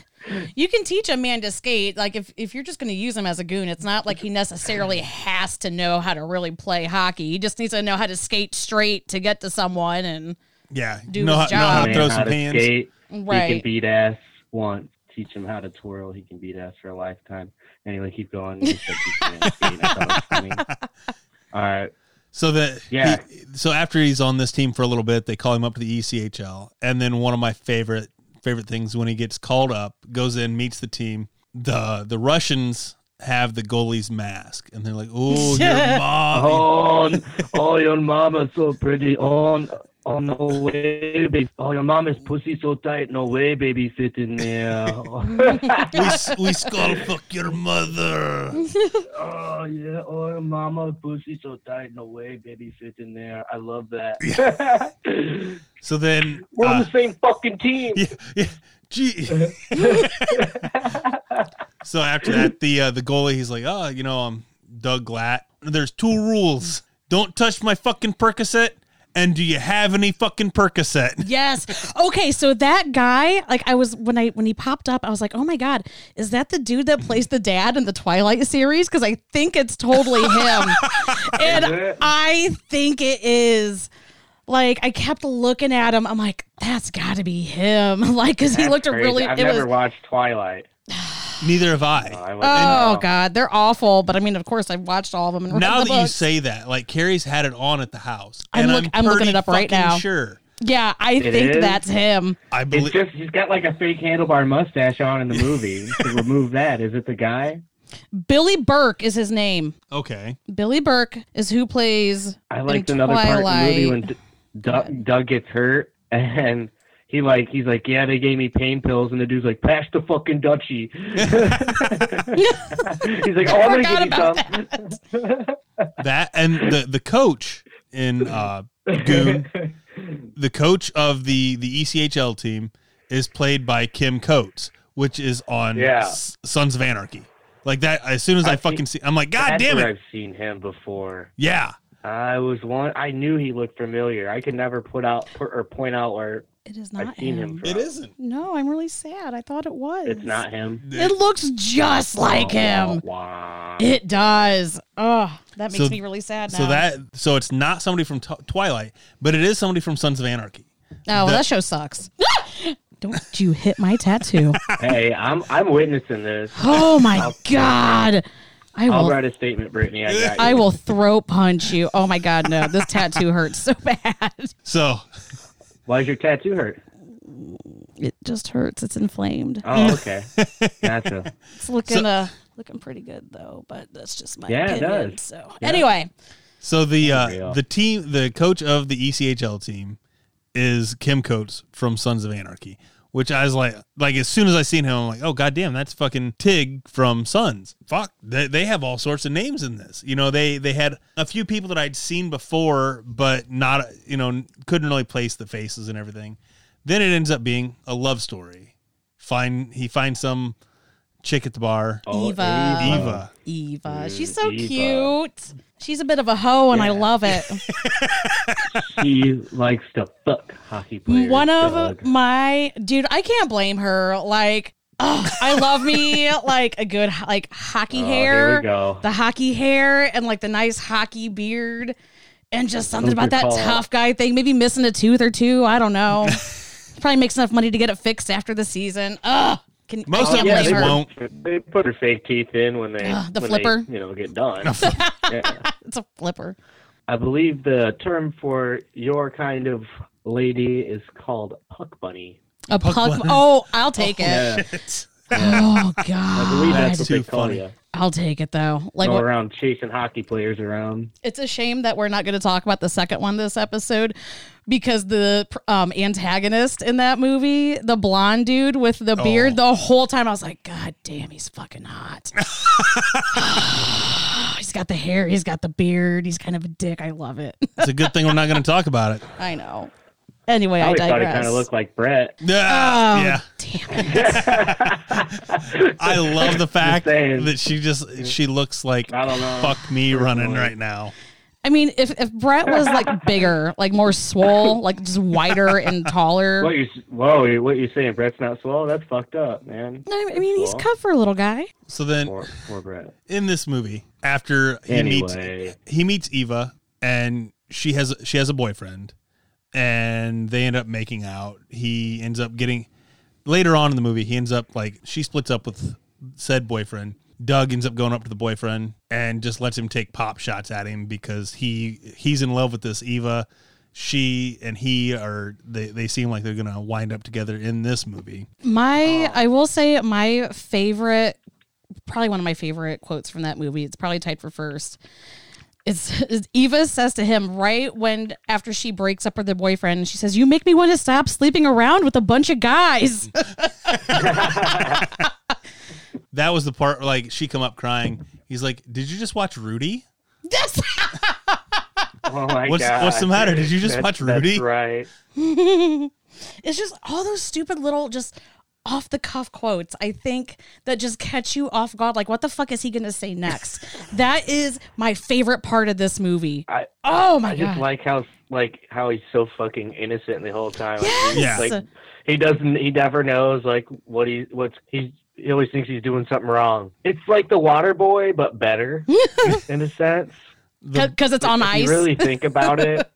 Speaker 3: you can teach a man to skate. Like if, if you're just going to use him as a goon, it's not like he necessarily has to know how to really play hockey. He just needs to know how to skate straight to get to someone. And
Speaker 1: Yeah,
Speaker 3: Do
Speaker 1: know,
Speaker 3: his
Speaker 1: how- know how
Speaker 3: job.
Speaker 1: to
Speaker 2: Man,
Speaker 1: throw
Speaker 2: how
Speaker 1: some
Speaker 2: to
Speaker 1: pans.
Speaker 2: skate, He
Speaker 3: right,
Speaker 2: can beat ass once. Teach him how to twirl. He can beat ass for a lifetime. Anyway, keep going. You said teach a man to skate, I thought it was funny. All right.
Speaker 1: So that
Speaker 2: Yeah.
Speaker 1: he- so after he's on this team for a little bit, they call him up to the E ECHL, and then one of my favorite favorite things when he gets called up, goes in, meets the team. the The Russians have the goalie's mask, and they're like, "Oh, your mom."
Speaker 2: Oh, oh, your mama's so pretty. Oh, oh, no way, baby. Oh, your mama's pussy so tight. No way, baby, fit in there.
Speaker 1: We, s- we skull fuck your mother.
Speaker 2: oh, yeah. Oh, your mama pussy so tight. No way, baby, fit in there. I love that.
Speaker 1: So then,
Speaker 2: We're on
Speaker 1: uh,
Speaker 2: the same fucking team.
Speaker 1: yeah, yeah, gee. so after that, the uh, the goalie he's like, oh, you know, I'm Doug Glatt. There's two rules: don't touch my fucking Percocet, and do you have any fucking Percocet?
Speaker 3: yes, okay. So that guy, like I was when I when he popped up, I was like, oh my god, is that the dude that plays the dad in the Twilight series? Because I think it's totally him, and
Speaker 2: it?
Speaker 3: I think it is. Like I kept looking at him, I'm like, that's got to be him. Like, cause he
Speaker 2: That's
Speaker 3: looked
Speaker 2: crazy.
Speaker 3: really.
Speaker 2: I've
Speaker 3: it
Speaker 2: never
Speaker 3: was,
Speaker 2: watched Twilight.
Speaker 1: Neither have I.
Speaker 2: I wouldn't
Speaker 3: Oh
Speaker 2: know.
Speaker 3: God, they're awful. But I mean, of course, I've watched all of them. And read
Speaker 1: now
Speaker 3: the
Speaker 1: that you
Speaker 3: books.
Speaker 1: say that, like Carrie's had it on at the house,
Speaker 3: I'm
Speaker 1: and
Speaker 3: look- I'm looking
Speaker 1: pretty
Speaker 3: it up right
Speaker 1: fucking
Speaker 3: now.
Speaker 1: Sure,
Speaker 3: yeah, I think
Speaker 2: is?
Speaker 3: that's him.
Speaker 1: I
Speaker 2: It's
Speaker 1: believe.
Speaker 2: just he's got like a fake handlebar mustache on in the movie. to remove that, is it the guy?
Speaker 3: Billy Burke is his name.
Speaker 1: Okay,
Speaker 3: Billy Burke is who plays.
Speaker 2: I
Speaker 3: in
Speaker 2: liked another part of the movie when D- Doug, Doug gets hurt and he like he's like, yeah, they gave me pain pills, and the dude's like, pass the fucking duchy. he's like, oh, I'm gonna
Speaker 3: forgot
Speaker 2: give you
Speaker 3: about
Speaker 2: some.
Speaker 1: that and the the coach in uh, Goon, the coach of the E the ECHL team is played by Kim Coates, which is on
Speaker 2: Yeah.
Speaker 1: S- Sons of Anarchy. Like that, as soon as I, fucking see, I'm like, God
Speaker 2: That's
Speaker 1: damn
Speaker 2: where
Speaker 1: it,
Speaker 2: I've seen him before.
Speaker 1: yeah.
Speaker 2: I was one. I knew he looked familiar. I could never put out or point out where
Speaker 3: It is
Speaker 2: I've
Speaker 3: not
Speaker 2: seen
Speaker 3: him.
Speaker 2: him. from.
Speaker 1: isn't.
Speaker 3: No, I'm really sad. I thought it was.
Speaker 2: It's not him.
Speaker 3: It looks just like him.
Speaker 2: Wow.
Speaker 3: It does. Oh, that makes
Speaker 1: So-
Speaker 3: me really sad now.
Speaker 1: So that, so it's not somebody from Tw- Twilight, but it is somebody from Sons of Anarchy.
Speaker 3: oh, well,
Speaker 1: that-
Speaker 3: that show sucks. Don't you hit my tattoo?
Speaker 2: hey, I'm I'm witnessing this.
Speaker 3: Oh my God! I
Speaker 2: I'll
Speaker 3: will
Speaker 2: write a statement, Brittany. I got you.
Speaker 3: I will throat punch you. Oh my god, no! This tattoo hurts so bad.
Speaker 1: So
Speaker 2: Why is your tattoo hurt?
Speaker 3: It just hurts. It's inflamed.
Speaker 2: Oh, okay. Gotcha.
Speaker 3: It's looking uh looking pretty good though, but that's just my
Speaker 2: Yeah, it
Speaker 3: opinion.
Speaker 2: does.
Speaker 3: So anyway,
Speaker 1: So the
Speaker 2: Unreal.
Speaker 1: uh, the team, the coach of the E ECHL team is Kim Coates from Sons of Anarchy, which I was like, like as soon as I seen him, I'm like, oh goddamn, that's fucking Tig from Sons. Fuck, they, they have all sorts of names in this. You know, they they had a few people that I'd seen before, but not you know couldn't really place the faces and everything. Then it ends up being a love story. Find he finds some chick at the bar,
Speaker 2: Oh,
Speaker 3: Eva.
Speaker 1: Eva.
Speaker 3: Eva,
Speaker 2: Dude,
Speaker 3: she's so
Speaker 2: Eva.
Speaker 3: cute. She's a bit of a hoe, and I
Speaker 2: Yeah.
Speaker 3: love it.
Speaker 2: She likes to fuck hockey players.
Speaker 3: One of
Speaker 2: dog.
Speaker 3: my dude, I can't blame her. Like, oh, I love me like a good like hockey
Speaker 2: Oh, Here
Speaker 3: hair,
Speaker 2: we go.
Speaker 3: the hockey hair, and like the nice hockey beard, and just something
Speaker 2: Those are
Speaker 3: about that
Speaker 2: called-
Speaker 3: tough guy thing. Maybe missing a tooth or two. I don't know. Probably makes enough money to get it fixed after the season. Ugh. Can,
Speaker 1: Most
Speaker 3: I
Speaker 1: of them
Speaker 3: can't
Speaker 2: yeah,
Speaker 3: blame
Speaker 1: just
Speaker 3: her.
Speaker 1: won't.
Speaker 2: They put her fake teeth in when they
Speaker 3: Ugh, Ah, the
Speaker 2: when
Speaker 3: flipper.
Speaker 2: They, you know, get done. Yeah.
Speaker 3: It's a flipper.
Speaker 2: I believe the term for your kind of lady is called puck bunny.
Speaker 3: A
Speaker 1: Puck
Speaker 3: puck.
Speaker 1: one.
Speaker 3: Oh, I'll take it.
Speaker 2: Yeah,
Speaker 3: Oh
Speaker 2: I believe
Speaker 3: God,
Speaker 2: that's what
Speaker 1: too
Speaker 2: they call
Speaker 1: funny.
Speaker 2: you.
Speaker 3: I'll take it though. Like
Speaker 2: Go
Speaker 3: what,
Speaker 2: around chasing hockey players around.
Speaker 3: it's a shame that we're not going to talk about the second one this episode because the um, antagonist in that movie, the blonde dude with the beard,
Speaker 2: Oh.
Speaker 3: the whole time I was like, God damn, he's fucking hot. he's got the hair, he's got the beard, he's kind of a dick. I love it.
Speaker 1: It's a good thing we're not going to talk about it.
Speaker 3: I know. Anyway, I
Speaker 2: I always thought he
Speaker 3: digress.
Speaker 2: kind of looked like Brett.
Speaker 1: Yeah,
Speaker 3: Oh,
Speaker 1: yeah.
Speaker 3: Damn it.
Speaker 1: I love the fact
Speaker 2: saying.
Speaker 1: that she just she looks like
Speaker 2: I don't know.
Speaker 1: fuck me running right now.
Speaker 3: I mean, if, if Brett was like bigger, like more swole, like just whiter and taller.
Speaker 2: What you whoa? What you saying? Brett's not swole? That's fucked up, man.
Speaker 3: No, I mean, he's
Speaker 2: Swole.
Speaker 3: cut for a little guy.
Speaker 1: So then
Speaker 2: Poor, poor Brett.
Speaker 1: in this movie, after he
Speaker 2: Anyway.
Speaker 1: meets he meets Eva and she has she has a boyfriend and they end up making out. He ends up getting later on in the movie, he ends up like she splits up with said boyfriend. Doug ends up going up to the boyfriend and just lets him take pop shots at him because he he's in love with this Eva. She and he are they, they seem like they're gonna wind up together in this movie.
Speaker 3: My,
Speaker 1: Oh.
Speaker 3: I will say, my favorite, probably one of my favorite quotes from that movie. It's probably tied for first. It's, it's Eva says to him right when after she breaks up with her boyfriend, she says, "You make me want to stop sleeping around with a bunch of guys."
Speaker 1: That was the part like she come up crying. He's like, Did you just watch Rudy?
Speaker 3: Yes.
Speaker 2: Oh my
Speaker 1: What's-
Speaker 2: god.
Speaker 1: what's the matter? Did you just
Speaker 2: That's-
Speaker 1: watch
Speaker 2: that's
Speaker 1: Rudy?
Speaker 2: right.
Speaker 3: it's just all those stupid little just off the cuff quotes i think that just catch you off guard like what the fuck is he gonna say next that is my favorite part of this movie
Speaker 2: I-
Speaker 3: oh my
Speaker 2: I
Speaker 3: god
Speaker 2: just like how like how he's so fucking innocent the whole time. Like, he's
Speaker 1: Yes!
Speaker 2: just, like, he doesn't. He never knows like what he what's he's. He always thinks he's doing something wrong. It's like the Water Boy, but better in a sense.
Speaker 1: The-
Speaker 3: because it's on
Speaker 2: If
Speaker 3: ice
Speaker 2: you really think about it.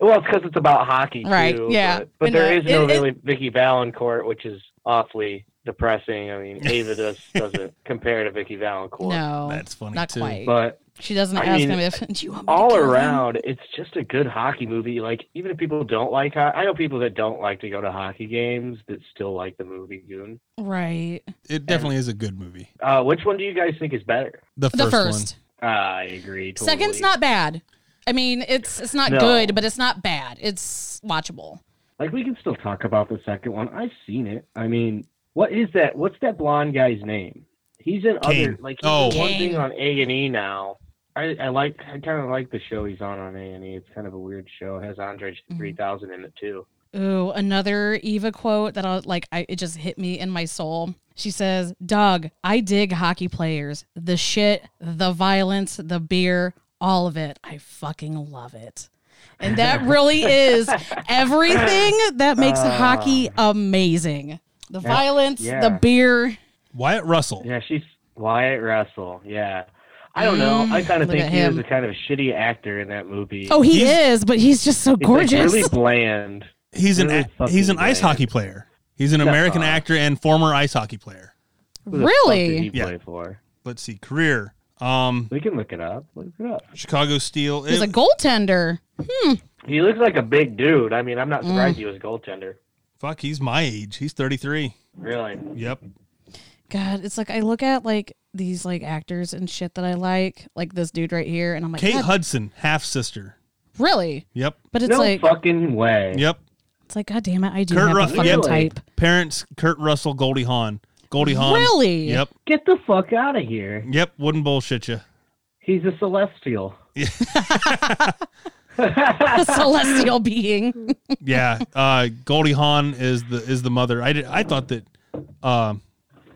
Speaker 2: Well, it's because it's about hockey,
Speaker 3: Right,
Speaker 2: Too,
Speaker 3: yeah.
Speaker 2: But, but
Speaker 3: And,
Speaker 2: there
Speaker 3: uh,
Speaker 2: is no
Speaker 3: it- it-
Speaker 2: really Vicky Valancourt, which is awfully depressing. I mean, Ava does doesn't compare to Vicky Valancourt.
Speaker 3: no
Speaker 1: That's funny,
Speaker 3: not
Speaker 1: too.
Speaker 3: quite
Speaker 2: But
Speaker 3: she doesn't
Speaker 2: I
Speaker 3: ask
Speaker 2: mean,
Speaker 3: him if do you want me to
Speaker 2: all
Speaker 3: kill him?"
Speaker 2: around, it's just a good hockey movie. Like even if people don't like, ho- I know people that don't like to go to hockey games that still like the movie Goon.
Speaker 3: right
Speaker 1: it definitely is a good movie.
Speaker 2: Uh, which one do you guys think is better?
Speaker 1: The first,
Speaker 3: the first
Speaker 2: Uh, I agree. Totally.
Speaker 3: second's not bad i mean it's it's not
Speaker 2: No.
Speaker 3: good but it's not bad it's watchable
Speaker 2: like we can still talk about the second one. I've seen it. I mean, what is that? What's that blonde guy's name? He's in
Speaker 1: Kane.
Speaker 2: other like he's
Speaker 1: Oh.
Speaker 2: in one
Speaker 3: Kane.
Speaker 2: thing on A and E now. I, I like I kind of like the show he's on on A and E. It's kind of a weird show. It has Andre
Speaker 3: Mhm.
Speaker 2: three thousand in it too.
Speaker 3: Ooh, another Eva quote that I like. I it just hit me in my soul. She says, "Doug, I dig hockey players. The shit, the violence, the beer, all of it. I fucking love it." And that really is everything that makes
Speaker 2: Ah.
Speaker 3: hockey amazing. The
Speaker 2: Yeah,
Speaker 3: violence, the
Speaker 2: yeah.
Speaker 3: beer.
Speaker 1: Wyatt Russell.
Speaker 2: Yeah, she's Wyatt Russell. Yeah. I don't know. I kind of
Speaker 3: Mm, look
Speaker 2: think
Speaker 3: at
Speaker 2: he
Speaker 3: him.
Speaker 2: was a kind of a shitty actor in that movie.
Speaker 3: Oh, he
Speaker 1: He's-
Speaker 3: is, but he's just so
Speaker 2: He's, like,
Speaker 3: gorgeous.
Speaker 2: really bland.
Speaker 1: He's an
Speaker 2: Really
Speaker 1: a- he's an
Speaker 2: fucking
Speaker 1: ice
Speaker 2: bad.
Speaker 1: hockey player. He's an American
Speaker 2: off.
Speaker 1: actor and former ice hockey player.
Speaker 2: Who the fuck did he
Speaker 3: really?
Speaker 1: Yeah.
Speaker 2: play for?
Speaker 1: Let's see career. Um,
Speaker 2: We can look it up. Look it up.
Speaker 1: Chicago Steel.
Speaker 3: He's
Speaker 1: It-
Speaker 3: a goaltender. Mm.
Speaker 2: He looks like a big dude. I mean, I'm not surprised he was a goaltender.
Speaker 1: Fuck, he's my age. He's 33.
Speaker 2: Really?
Speaker 1: Yep.
Speaker 3: God, it's like I look at like these like actors and shit that I like, like this dude right here, and I'm like,
Speaker 1: Kate
Speaker 3: God,
Speaker 1: Hudson, half sister.
Speaker 3: really?
Speaker 1: Yep.
Speaker 3: But it's
Speaker 2: no
Speaker 3: like,
Speaker 2: fucking way.
Speaker 1: Yep.
Speaker 3: it's like, God damn it, I do
Speaker 1: Kurt
Speaker 3: have
Speaker 1: Ru-
Speaker 3: the fucking
Speaker 1: Really?
Speaker 3: type.
Speaker 1: Parents Kurt Russell, Goldie Hawn. Goldie Hawn.
Speaker 3: Really?
Speaker 1: Yep.
Speaker 2: Get the fuck out of here.
Speaker 1: Yep. Wouldn't bullshit you.
Speaker 2: He's a celestial.
Speaker 3: A celestial being.
Speaker 1: Yeah. Uh, Goldie Hawn is the is the mother. I did, I thought that. Um,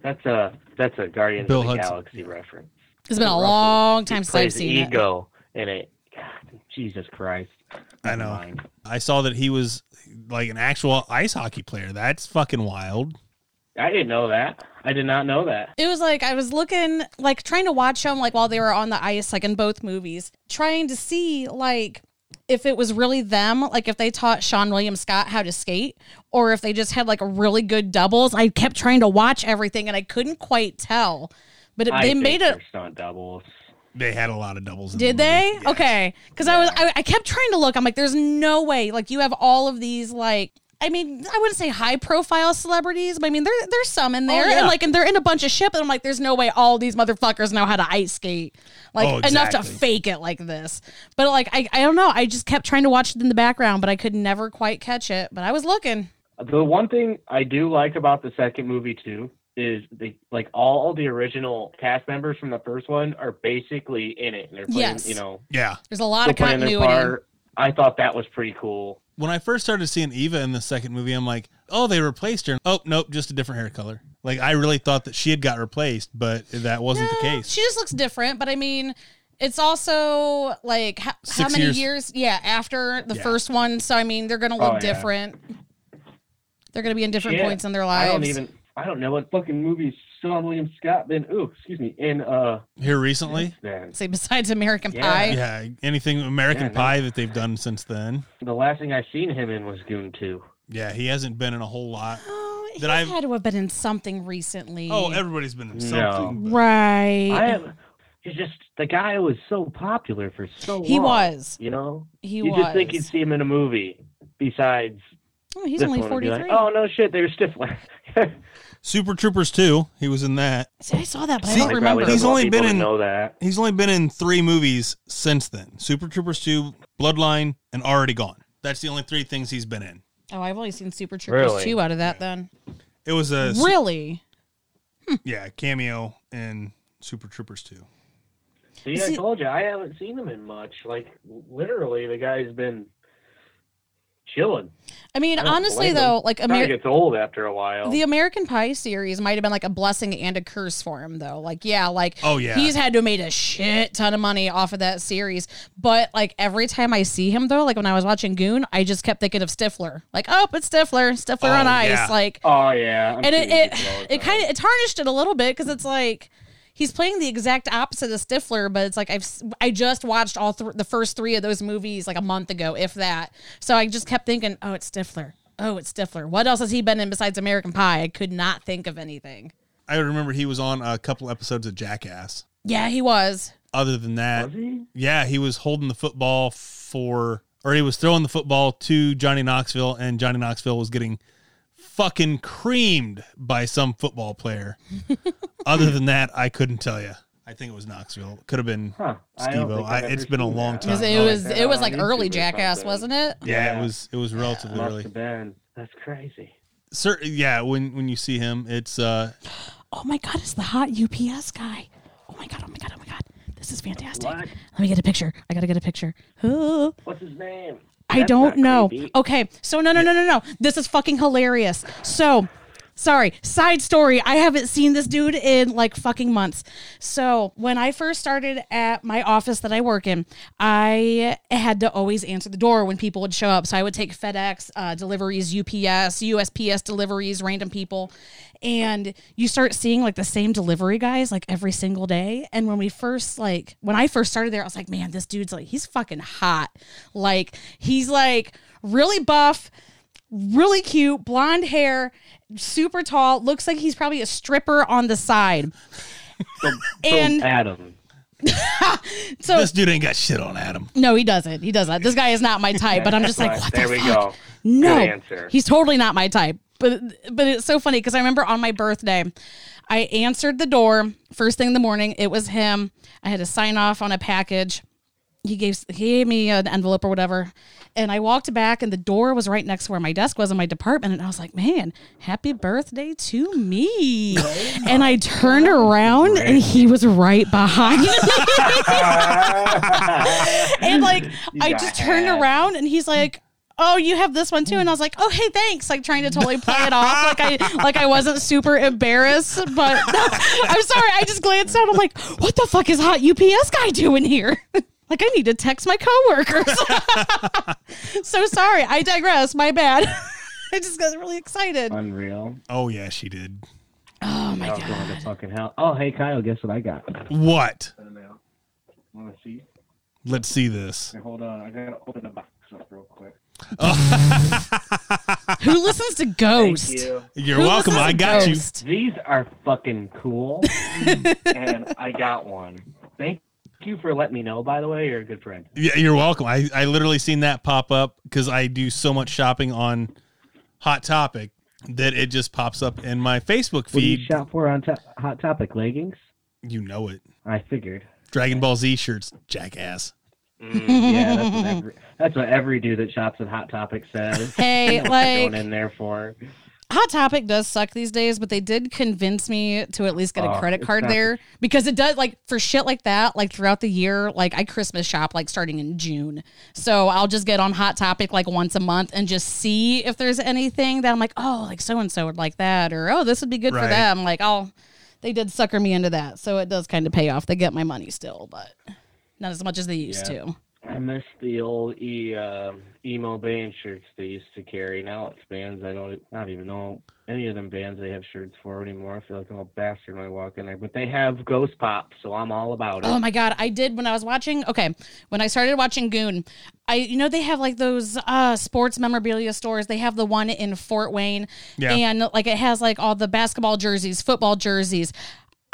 Speaker 2: That's a that's a Guardians
Speaker 1: Bill
Speaker 2: of the
Speaker 1: Hudson.
Speaker 2: Galaxy reference.
Speaker 3: It's been a long time
Speaker 2: He
Speaker 3: since I've
Speaker 2: plays
Speaker 3: seen it.
Speaker 2: ego in it. God, Jesus Christ.
Speaker 1: I know.
Speaker 2: Never mind.
Speaker 1: I saw that he was like an actual ice hockey player. That's fucking wild.
Speaker 2: I didn't know that. I did not know that.
Speaker 3: It was like I was looking, like trying to watch them, like while they were on the ice, like in both movies, trying to see like if it was really them, like if they taught Sean William Scott how to skate, or if they just had like a really good doubles. I kept trying to watch everything, and I couldn't quite tell. But it,
Speaker 2: I
Speaker 3: they
Speaker 2: think
Speaker 3: made it.
Speaker 2: they're stunt doubles.
Speaker 1: They had a lot of doubles. In
Speaker 3: Did
Speaker 1: the movie.
Speaker 3: they? Okay, because I was I, I kept trying to look. I'm like, there's no way. Like you have all of these like. I mean, I wouldn't say high profile celebrities, but I mean there there's some
Speaker 2: Oh,
Speaker 3: in there,
Speaker 1: yeah.
Speaker 3: and like and they're in a bunch of shit. And I'm like, there's no way all these motherfuckers know how to ice skate, like
Speaker 1: Oh,
Speaker 3: enough to
Speaker 1: exactly.
Speaker 3: fake it like this. But like I I don't know. I just kept trying to watch it in the background, but I could never quite catch it. But I was looking.
Speaker 2: The one thing I do like about the second movie too is the like all the original cast members from the first one are basically in it and they're playing
Speaker 3: Yes.
Speaker 2: you know
Speaker 1: Yeah.
Speaker 3: There's a lot
Speaker 2: they're
Speaker 3: of
Speaker 2: playing their
Speaker 3: continuity.
Speaker 2: part. I thought that was pretty cool.
Speaker 1: When I first started seeing Eva in the second movie, I'm like, oh, they replaced her. Oh, nope, just a different hair color. Like I really thought that she had got replaced, but that wasn't the
Speaker 3: No,
Speaker 1: case.
Speaker 3: She just looks different, but I mean, it's also like how, how
Speaker 1: Six
Speaker 3: many years.
Speaker 1: years.
Speaker 3: Yeah, after the
Speaker 1: Yeah.
Speaker 3: first one, so I mean, they're gonna look
Speaker 2: Oh, yeah.
Speaker 3: different. They're gonna be in different
Speaker 2: Shit.
Speaker 3: points in their
Speaker 2: I
Speaker 3: lives.
Speaker 2: don't even I don't know what fucking movie Sean William Scott been ooh, excuse me, in uh
Speaker 1: Here recently.
Speaker 2: then.
Speaker 3: say besides American
Speaker 2: Yeah.
Speaker 3: Pie.
Speaker 1: Yeah, anything American
Speaker 2: Yeah, no.
Speaker 1: Pie that they've done since then.
Speaker 2: The last thing I've seen him in was Goon Two.
Speaker 1: Yeah, he hasn't been in a whole lot.
Speaker 3: Oh, he
Speaker 1: That I've-
Speaker 3: had to have been in something recently.
Speaker 1: Oh, everybody's been in
Speaker 2: No.
Speaker 1: something. but-
Speaker 3: right.
Speaker 2: I am he's just the guy was so popular for so long.
Speaker 3: he was.
Speaker 2: You know?
Speaker 3: He
Speaker 2: you
Speaker 3: was.
Speaker 2: just think you'd see him in a movie besides
Speaker 3: oh, he's
Speaker 2: this
Speaker 3: only
Speaker 2: one and be
Speaker 3: forty
Speaker 2: like,
Speaker 3: three.
Speaker 2: oh no shit, they were stiff
Speaker 1: Super Troopers 2, he was in that.
Speaker 3: See, I saw that, but
Speaker 1: See,
Speaker 3: I don't
Speaker 1: They
Speaker 3: remember.
Speaker 1: He's only been in-
Speaker 2: know that.
Speaker 1: He's only been in 3 movies since then. Super Troopers 2, Bloodline, and Already Gone. That's the only 3 things he's been in.
Speaker 3: Oh, I've only seen Super Troopers
Speaker 2: Really?
Speaker 3: two out of that. Then
Speaker 1: It was a
Speaker 3: really,
Speaker 1: yeah, cameo in Super Troopers 2.
Speaker 2: See,
Speaker 3: See-
Speaker 2: I told you, I haven't seen him in much. Like literally the guy's been chilling.
Speaker 3: I mean,
Speaker 2: I don't
Speaker 3: honestly
Speaker 2: blame him.
Speaker 3: though, like
Speaker 2: Probably
Speaker 3: American.
Speaker 2: gets old after a while.
Speaker 3: The American Pie series might have been like a blessing and a curse for him, though. Like, yeah, like
Speaker 1: Oh, yeah.
Speaker 3: he's had to have made a shit ton of money off of that series. But like every time I see him, though, like when I was watching Goon, I just kept thinking of Stifler. Like, oh, it's Stifler, Stifler
Speaker 1: Oh,
Speaker 3: on ice.
Speaker 1: yeah.
Speaker 3: Like,
Speaker 2: Oh yeah, I'm
Speaker 3: and it
Speaker 2: seeing people all
Speaker 3: it,
Speaker 2: the
Speaker 3: it
Speaker 2: time.
Speaker 3: kind of it tarnished it a little bit because it's like he's playing the exact opposite of Stifler, but it's like I've s- I just watched all th- the first three of those movies like a month ago, if that. So I just kept thinking, oh, it's Stifler. Oh, it's Stifler. What else has he been in besides American Pie? I could not think of anything.
Speaker 1: I remember he was on a couple episodes of Jackass.
Speaker 3: Yeah, he was.
Speaker 1: Other than that,
Speaker 2: Was he?
Speaker 1: yeah, he was holding the football for or he was throwing the football to Johnny Knoxville and Johnny Knoxville was getting fucking creamed by some football player. Other than that, I couldn't tell you. I think it was Knoxville. Could have been
Speaker 2: Huh. I don't
Speaker 1: Steve-O.
Speaker 2: think
Speaker 1: I-
Speaker 2: I've
Speaker 1: it's
Speaker 2: ever
Speaker 1: been a
Speaker 2: seen
Speaker 1: long
Speaker 2: that.
Speaker 1: time.
Speaker 3: it
Speaker 1: Oh,
Speaker 3: was
Speaker 2: yeah,
Speaker 3: it was
Speaker 2: on
Speaker 3: like
Speaker 2: YouTube
Speaker 3: early
Speaker 2: or
Speaker 3: Jackass,
Speaker 2: something.
Speaker 3: wasn't it?
Speaker 1: yeah,
Speaker 2: Yeah.
Speaker 1: it was it was relatively
Speaker 2: Must
Speaker 1: early.
Speaker 2: have been. That's crazy.
Speaker 1: Sir, yeah, when when you see him, it's uh
Speaker 3: Oh my god, it's the hot UPS guy. Oh my god, oh my god, oh my god. This is fantastic.
Speaker 2: What?
Speaker 3: Let me get a picture. I gotta get a picture. Oh.
Speaker 2: What's his name?
Speaker 3: I
Speaker 2: That's
Speaker 3: don't
Speaker 2: not
Speaker 3: know. Oh,
Speaker 2: creepy.
Speaker 3: Okay, so no, no, no, no, no. This is fucking hilarious. So, sorry, side story. I haven't seen this dude in like fucking months. So, when I first started at my office that I work in, I had to always answer the door when people would show up. So, I would take FedEx uh, deliveries, UPS, USPS deliveries, random people. And you start seeing like the same delivery guys like every single day. And when we first, like, when I first started there, I was like, man, this dude's like, he's fucking hot. Like, he's like really buff, really cute, blonde hair, super tall. Looks like he's probably a stripper on the side.
Speaker 2: From- from
Speaker 3: And-
Speaker 2: Adam.
Speaker 3: So
Speaker 1: this dude ain't got shit on Adam.
Speaker 3: no, he doesn't. He doesn't. This guy is not my type. But I'm just like,
Speaker 2: Right,
Speaker 3: what
Speaker 2: there
Speaker 3: the
Speaker 2: we
Speaker 3: fuck?
Speaker 2: go.
Speaker 3: No,
Speaker 2: Good answer.
Speaker 3: he's totally not my type. But but it's so funny because I remember on my birthday, I answered the door first thing in the morning. It was him. I had to sign off on a package. He gave he gave me an envelope or whatever, and I walked back, and the door was right next to where my desk was in my department, and I was like, "Man, happy birthday to me!" and I turned around, and he was right behind me. and like I
Speaker 2: got
Speaker 3: just turned
Speaker 2: hacked.
Speaker 3: around and he's like, "Oh, you have this one too." And I was like, "Oh, hey, thanks." Like trying to totally play it off like I like I wasn't super embarrassed, but I'm sorry. I just glanced out. I'm like, "What the fuck is hot UPS guy doing here?" Like I need to text my coworkers. so sorry, I digress. My bad. I just got really excited.
Speaker 2: Unreal.
Speaker 1: Oh yeah, she did.
Speaker 3: Oh my
Speaker 2: I was going
Speaker 3: god.
Speaker 2: to fucking hell. Oh, hey Kyle, guess what I got?
Speaker 1: What?
Speaker 2: Want to see?
Speaker 1: Let's see this.
Speaker 2: Hold on, I gotta open the box up real quick.
Speaker 3: Who listens to Ghost?
Speaker 2: Thank you.
Speaker 1: You're
Speaker 3: Who
Speaker 1: welcome.
Speaker 3: listens
Speaker 1: I
Speaker 3: to
Speaker 1: got you.
Speaker 3: Ghost?
Speaker 2: These are fucking cool, and I got one. Thank you for letting me know. By the way, you're a good friend.
Speaker 1: Yeah, you're welcome. I, I literally seen that pop up because I do so much shopping on Hot Topic that it just pops up in my Facebook
Speaker 2: What do you
Speaker 1: feed.
Speaker 2: shop for on to- Hot Topic leggings?
Speaker 1: You know it.
Speaker 2: I figured.
Speaker 1: Dragon Ball Z shirts, jackass.
Speaker 2: yeah, that's what, every, that's what every dude that shops at Hot Topic says.
Speaker 3: Hey, like
Speaker 2: going in there for.
Speaker 3: Hot Topic does suck these days, but they did convince me to at least get a
Speaker 2: Oh,
Speaker 3: credit
Speaker 2: it's
Speaker 3: card
Speaker 2: not-
Speaker 3: there because it does like for shit like that, like throughout the year, like I Christmas shop like starting in June. So I'll just get on Hot Topic like once a month and just see if there's anything that I'm like, oh, like so and so would like that or oh, this would be good for
Speaker 1: Right.
Speaker 3: them. Like, oh, they did sucker me into that. So it does kind of pay off. They get my money still, but not as much as they used
Speaker 2: Yeah.
Speaker 3: to.
Speaker 2: I miss the old e uh, emo band shirts they used to carry. Now it's bands I don't I don't even know any of them bands they have shirts for anymore. I feel like I'm a bastard when I walk in there. But they have Ghost Pop, so I'm all about it.
Speaker 3: Oh my god, I did when I was watching. Okay, when I started watching Goon, I you know they have like those uh sports memorabilia stores. They have the one in Fort Wayne,
Speaker 1: Yeah.
Speaker 3: and like it has like all the basketball jerseys, football jerseys.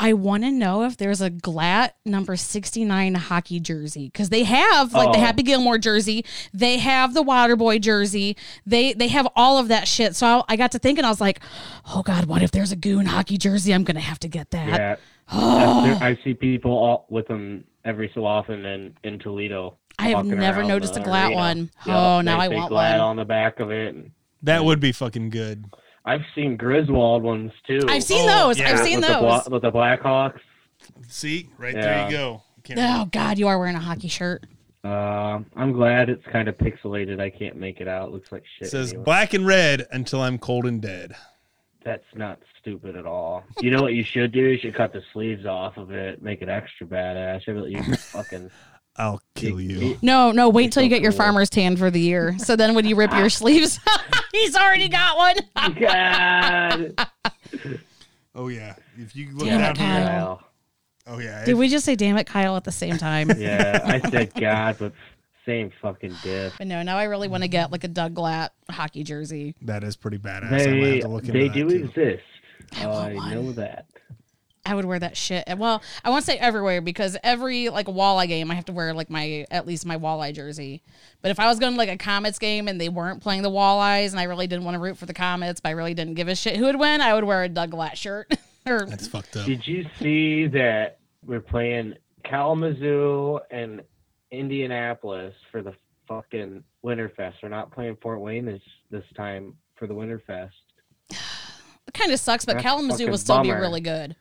Speaker 3: I want to know if there's a Glatt number 69 hockey jersey because they have like the
Speaker 2: Oh.
Speaker 3: Happy Gilmore jersey. They have the Waterboy jersey. They they have all of that shit. So I, I got to thinking, I was like, oh God, what if there's a Goon hockey jersey? I'm going to have to get that.
Speaker 2: yeah.
Speaker 3: Oh.
Speaker 2: That's- I see people all with them every so often in, in Toledo.
Speaker 3: I have
Speaker 2: walking
Speaker 3: never
Speaker 2: around
Speaker 3: noticed
Speaker 2: the
Speaker 3: a Glatt
Speaker 2: arena.
Speaker 3: one.
Speaker 2: Yeah,
Speaker 3: Oh, now
Speaker 2: they
Speaker 3: I
Speaker 2: say
Speaker 3: want
Speaker 2: Glatt
Speaker 3: one.
Speaker 2: on the back of it. And
Speaker 1: That would be fucking good.
Speaker 2: I've seen Griswold ones too.
Speaker 3: I've seen
Speaker 1: Oh,
Speaker 3: those.
Speaker 1: yeah.
Speaker 3: I've seen
Speaker 2: with
Speaker 3: those.
Speaker 2: the Bla- with the Blackhawks.
Speaker 1: See, right there
Speaker 2: Yeah.
Speaker 1: you go. Can't
Speaker 3: oh God, you are wearing a hockey shirt.
Speaker 2: Uh, I'm glad it's kind of pixelated. I can't make it out. looks like shit.
Speaker 1: it says
Speaker 2: anyway.
Speaker 1: black and red until I'm cold and dead.
Speaker 2: That's not stupid at all. You know what you should do? You should cut the sleeves off of it, make it extra badass. You really- you fucking
Speaker 1: I'll kill you.
Speaker 3: No, no, wait till you get your
Speaker 2: cool.
Speaker 3: farmer's tan for the year. So then when you rip your sleeves, he's already got one.
Speaker 2: God.
Speaker 1: Oh yeah. If you look
Speaker 3: Damn
Speaker 1: down
Speaker 3: it,
Speaker 1: here.
Speaker 3: Kyle.
Speaker 2: Wow.
Speaker 1: Oh yeah.
Speaker 3: Did we just say damn it, Kyle, at the same time?
Speaker 2: Yeah, I said God, but same fucking diff.
Speaker 3: But no, now I really want to get like a Doug Glatt hockey jersey.
Speaker 1: That is pretty badass. I might
Speaker 2: They
Speaker 1: have to look into
Speaker 2: they
Speaker 1: that,
Speaker 2: do
Speaker 1: too.
Speaker 2: exist.
Speaker 3: I want
Speaker 2: I
Speaker 3: one.
Speaker 2: know that.
Speaker 3: I would wear that shit. And, Well, I won't say everywhere because every like walleye game, I have to wear like my at least my walleye jersey. But if I was going to like a Comets game and they weren't playing the walleyes, and I really didn't want to root for the Comets, but I really didn't give a shit who would win, I would wear a Doug Glatt shirt. or
Speaker 1: That's fucked up.
Speaker 2: Did you see that we're playing Kalamazoo and Indianapolis for the fucking Winterfest? We're not playing Fort Wayne this this time for the Winterfest.
Speaker 3: it kind of sucks, but
Speaker 2: That's
Speaker 3: Kalamazoo
Speaker 2: fucking
Speaker 3: will still be
Speaker 2: bummer.
Speaker 3: really good.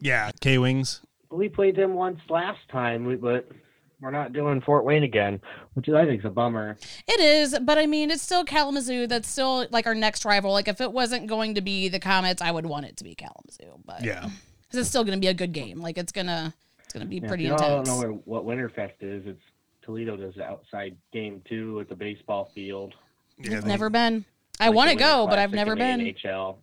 Speaker 1: Yeah, K wings.
Speaker 2: We played them once last time, we- but we're not doing Fort Wayne again, which I think is a bummer.
Speaker 3: It is, but I mean, it's still Kalamazoo. That's still like our next rival. Like if it wasn't going to be the Comets, I would want it to be Kalamazoo. But
Speaker 1: Yeah.
Speaker 3: 'cause it's still going to be a good game. Like it's gonna it's gonna be
Speaker 2: Yeah,
Speaker 3: pretty
Speaker 2: if you
Speaker 3: intense.
Speaker 2: don't know where, what Winterfest is. It's Toledo does the outside game too at the baseball field.
Speaker 1: Yeah.
Speaker 3: I've
Speaker 1: they-
Speaker 3: never been. I
Speaker 2: like
Speaker 3: want to
Speaker 2: the Winter
Speaker 3: go, but I've
Speaker 2: Classic
Speaker 3: never
Speaker 2: and
Speaker 3: been.
Speaker 2: the NHL.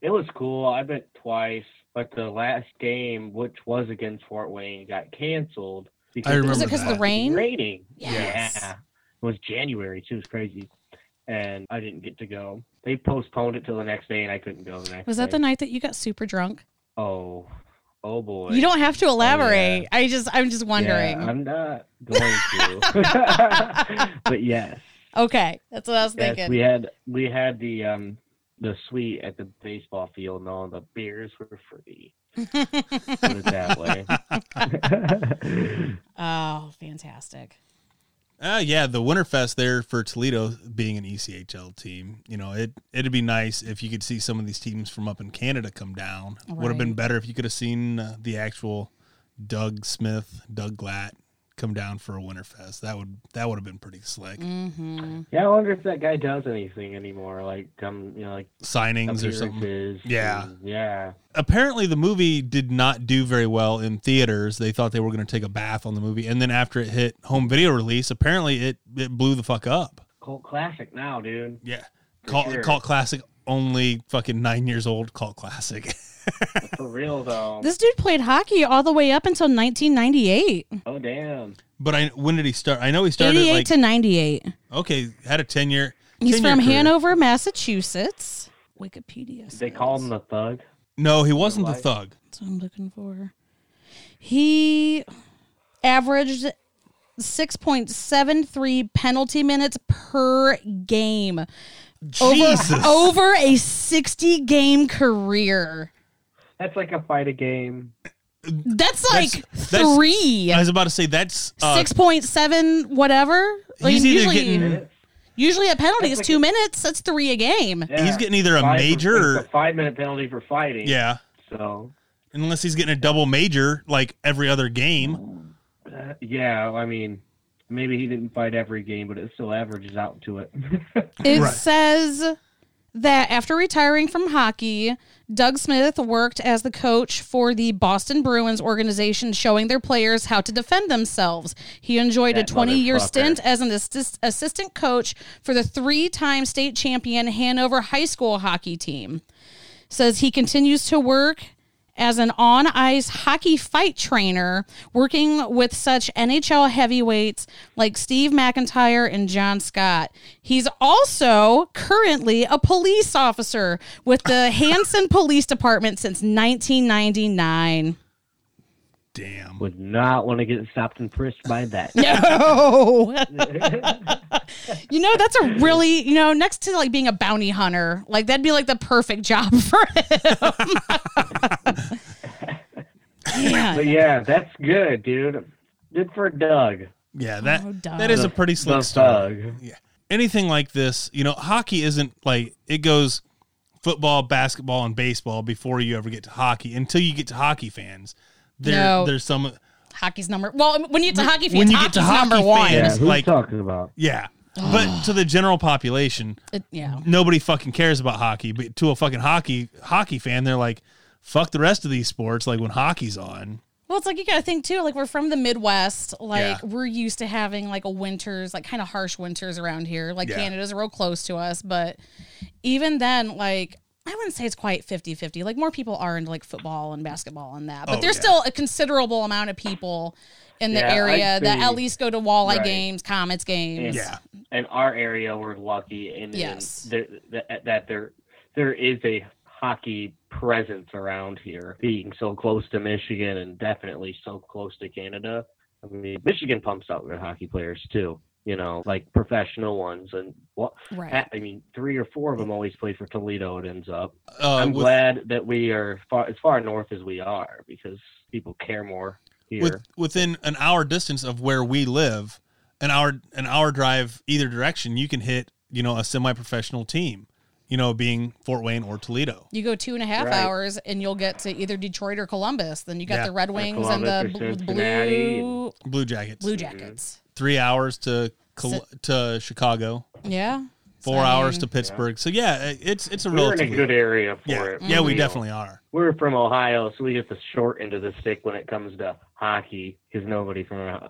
Speaker 2: It was cool. I went twice, but the last game, which was against Fort Wayne, got canceled because
Speaker 1: remember
Speaker 3: Was it
Speaker 1: Remember
Speaker 3: because of the
Speaker 1: that.
Speaker 3: rain?
Speaker 2: raining.
Speaker 3: Yes.
Speaker 2: Yeah, it was January too. It was crazy, and I didn't get to go. They postponed it till the next day, and I couldn't go the next.
Speaker 3: Was that the
Speaker 2: day.
Speaker 3: night that you got super drunk?
Speaker 2: Oh, Oh boy.
Speaker 3: You don't have to elaborate. I just I'm just wondering.
Speaker 2: Yeah, I'm not going to. but yes,
Speaker 3: okay, that's what I was
Speaker 2: yes,
Speaker 3: thinking.
Speaker 2: we had we had the um the suite at the baseball field, and all the beers were free. Put it that way.
Speaker 3: oh, fantastic.
Speaker 1: Uh, yeah, the Winterfest there for Toledo being an E ECHL team. You know, it it'd be nice if you could see some of these teams from up in Canada come down. Would have been
Speaker 3: Right.
Speaker 1: better if you could have seen uh, the actual Doug Smith, Doug Glatt come down for a Winterfest. That would that would have been pretty slick.
Speaker 3: hmm
Speaker 2: yeah, I wonder if that guy does anything anymore. Like um, you know, like
Speaker 1: Signings or something.
Speaker 2: appearances.
Speaker 1: Yeah.
Speaker 2: and- yeah.
Speaker 1: Apparently, the movie did not do very well in theaters. They thought they were going to take a bath on the movie, and then after it hit home video release, apparently it it blew the fuck up.
Speaker 2: Cult classic now, dude.
Speaker 1: Yeah.
Speaker 2: For
Speaker 1: Cult,
Speaker 2: sure.
Speaker 1: cult classic, only fucking nine years old cult classic.
Speaker 2: For real though.
Speaker 3: This dude played hockey all the way up until 1998,
Speaker 2: oh damn.
Speaker 1: but I when did he start? I know he started
Speaker 3: 88
Speaker 1: like
Speaker 3: to 98.
Speaker 1: okay, had a ten year.
Speaker 3: He's
Speaker 1: 10-year
Speaker 3: from
Speaker 1: career.
Speaker 3: Hanover, Massachusetts. Wikipedia.
Speaker 2: They
Speaker 3: says.
Speaker 2: call him the thug.
Speaker 1: No, he wasn't the
Speaker 2: Life.
Speaker 1: thug.
Speaker 3: That's what I'm looking for. He averaged 6.73 penalty minutes per game
Speaker 1: Jesus,
Speaker 3: over over a 60 game career.
Speaker 2: That's like a fight a game.
Speaker 3: That's
Speaker 1: That's-
Speaker 3: like
Speaker 1: that's-
Speaker 3: three.
Speaker 1: I was about to say that's uh,
Speaker 3: Six point seven, whatever. Like,
Speaker 1: He's either
Speaker 3: usually,
Speaker 1: getting-
Speaker 2: Minutes?
Speaker 3: usually a penalty is
Speaker 2: That's like
Speaker 3: two
Speaker 2: a-
Speaker 3: minutes. That's three a game.
Speaker 2: Yeah.
Speaker 1: he's getting either a
Speaker 2: Five for-
Speaker 1: major
Speaker 2: it's
Speaker 1: or
Speaker 2: a five minute penalty for fighting.
Speaker 1: yeah,
Speaker 2: So
Speaker 1: unless he's getting a double major like every other game.
Speaker 2: uh, yeah, I mean, maybe he didn't fight every game, but it still averages out to it.
Speaker 3: It
Speaker 1: Right.
Speaker 3: says that after retiring from hockey, Doug Smith worked as the coach for the Boston Bruins organization, showing their players how to defend themselves. He enjoyed
Speaker 2: That
Speaker 3: a 20 year
Speaker 2: motherfucker.
Speaker 3: stint as an assist- assistant coach for the three time state champion Hanover High School hockey team. Says he continues to work as an on ice hockey fight trainer, working with such NHL heavyweights like Steve McIntyre and John Scott. He's also currently a police officer with the Hanson Police Department since 1999.
Speaker 1: Damn.
Speaker 2: Would not want to get stopped and frisked by that.
Speaker 3: No. you know, that's a really, you know, next to like being a bounty hunter, like that'd be like the perfect job for him.
Speaker 2: But
Speaker 3: Man.
Speaker 2: yeah, that's good, dude. Good for Doug.
Speaker 1: Yeah, that
Speaker 3: Oh, Doug.
Speaker 1: that is a pretty
Speaker 2: The
Speaker 1: slick story.
Speaker 2: thug.
Speaker 1: Anything like this, you know, hockey isn't like it goes football, basketball, and baseball before you ever get to hockey. Until you get to hockey fans, there
Speaker 3: No.
Speaker 1: there's some
Speaker 3: Hockey's number. Well, when you get to hockey fans,
Speaker 1: When you get
Speaker 3: hockey's
Speaker 1: to hockey
Speaker 3: number one.
Speaker 1: fans.
Speaker 2: Yeah,
Speaker 1: It's
Speaker 2: who's
Speaker 1: like-
Speaker 2: talking about?
Speaker 1: Yeah. But to the general population,
Speaker 3: It- yeah.
Speaker 1: nobody fucking cares about hockey. But to a fucking hockey hockey fan, they're like, fuck the rest of these sports. Like when hockey's on.
Speaker 3: Well, it's like you got to think too. Like we're from the Midwest. Like
Speaker 1: Yeah.
Speaker 3: we're used to having like a winters, like kind of harsh winters around here. Like
Speaker 1: Yeah.
Speaker 3: Canada's real close to us, but even then, like I wouldn't say it's quite 50-50. Like more people are into like football and basketball and that, but
Speaker 1: Oh,
Speaker 3: there's
Speaker 1: yeah.
Speaker 3: still a considerable amount of people in the
Speaker 2: Yeah, I'd
Speaker 3: area that
Speaker 2: say-
Speaker 3: at least go to Walleye
Speaker 2: Right.
Speaker 3: games, Comets games.
Speaker 1: Yeah.
Speaker 2: In our area, we're lucky, and and
Speaker 3: Yes.
Speaker 2: there, that, that there there is a hockey presence around here, being so close to Michigan and definitely so close to Canada. I mean, Michigan pumps out their hockey players too. You know, like professional ones, and what?
Speaker 3: Right.
Speaker 2: I mean, three or four of them always play for Toledo. It ends up.
Speaker 1: Uh,
Speaker 2: I'm
Speaker 1: with,
Speaker 2: glad that we are far, as far north as we are because people care more here.
Speaker 1: with, within an hour distance of where we live, an hour an hour drive either direction, you can hit you know a semi professional team, you know being Fort Wayne or Toledo.
Speaker 3: You go two and a half
Speaker 2: Right.
Speaker 3: hours and you'll get to either Detroit or Columbus. Then you got
Speaker 1: Yeah.
Speaker 3: the Red Wings and the
Speaker 2: Columbus or
Speaker 3: bl-
Speaker 2: Cincinnati
Speaker 3: blue
Speaker 1: Blue Jackets,
Speaker 3: Blue Jackets.
Speaker 1: three hours to Col- to Chicago,
Speaker 3: Yeah.
Speaker 1: four
Speaker 3: So, I
Speaker 1: hours
Speaker 3: mean-
Speaker 1: to Pittsburgh. So yeah, it's it's a
Speaker 2: We're in a
Speaker 1: relatively
Speaker 2: good area for
Speaker 1: yeah
Speaker 2: it.
Speaker 1: yeah we
Speaker 2: You
Speaker 3: Mm-hmm.
Speaker 2: know.
Speaker 1: definitely are.
Speaker 2: We're from Ohio, so we get the short end of the stick when it comes to hockey because nobody from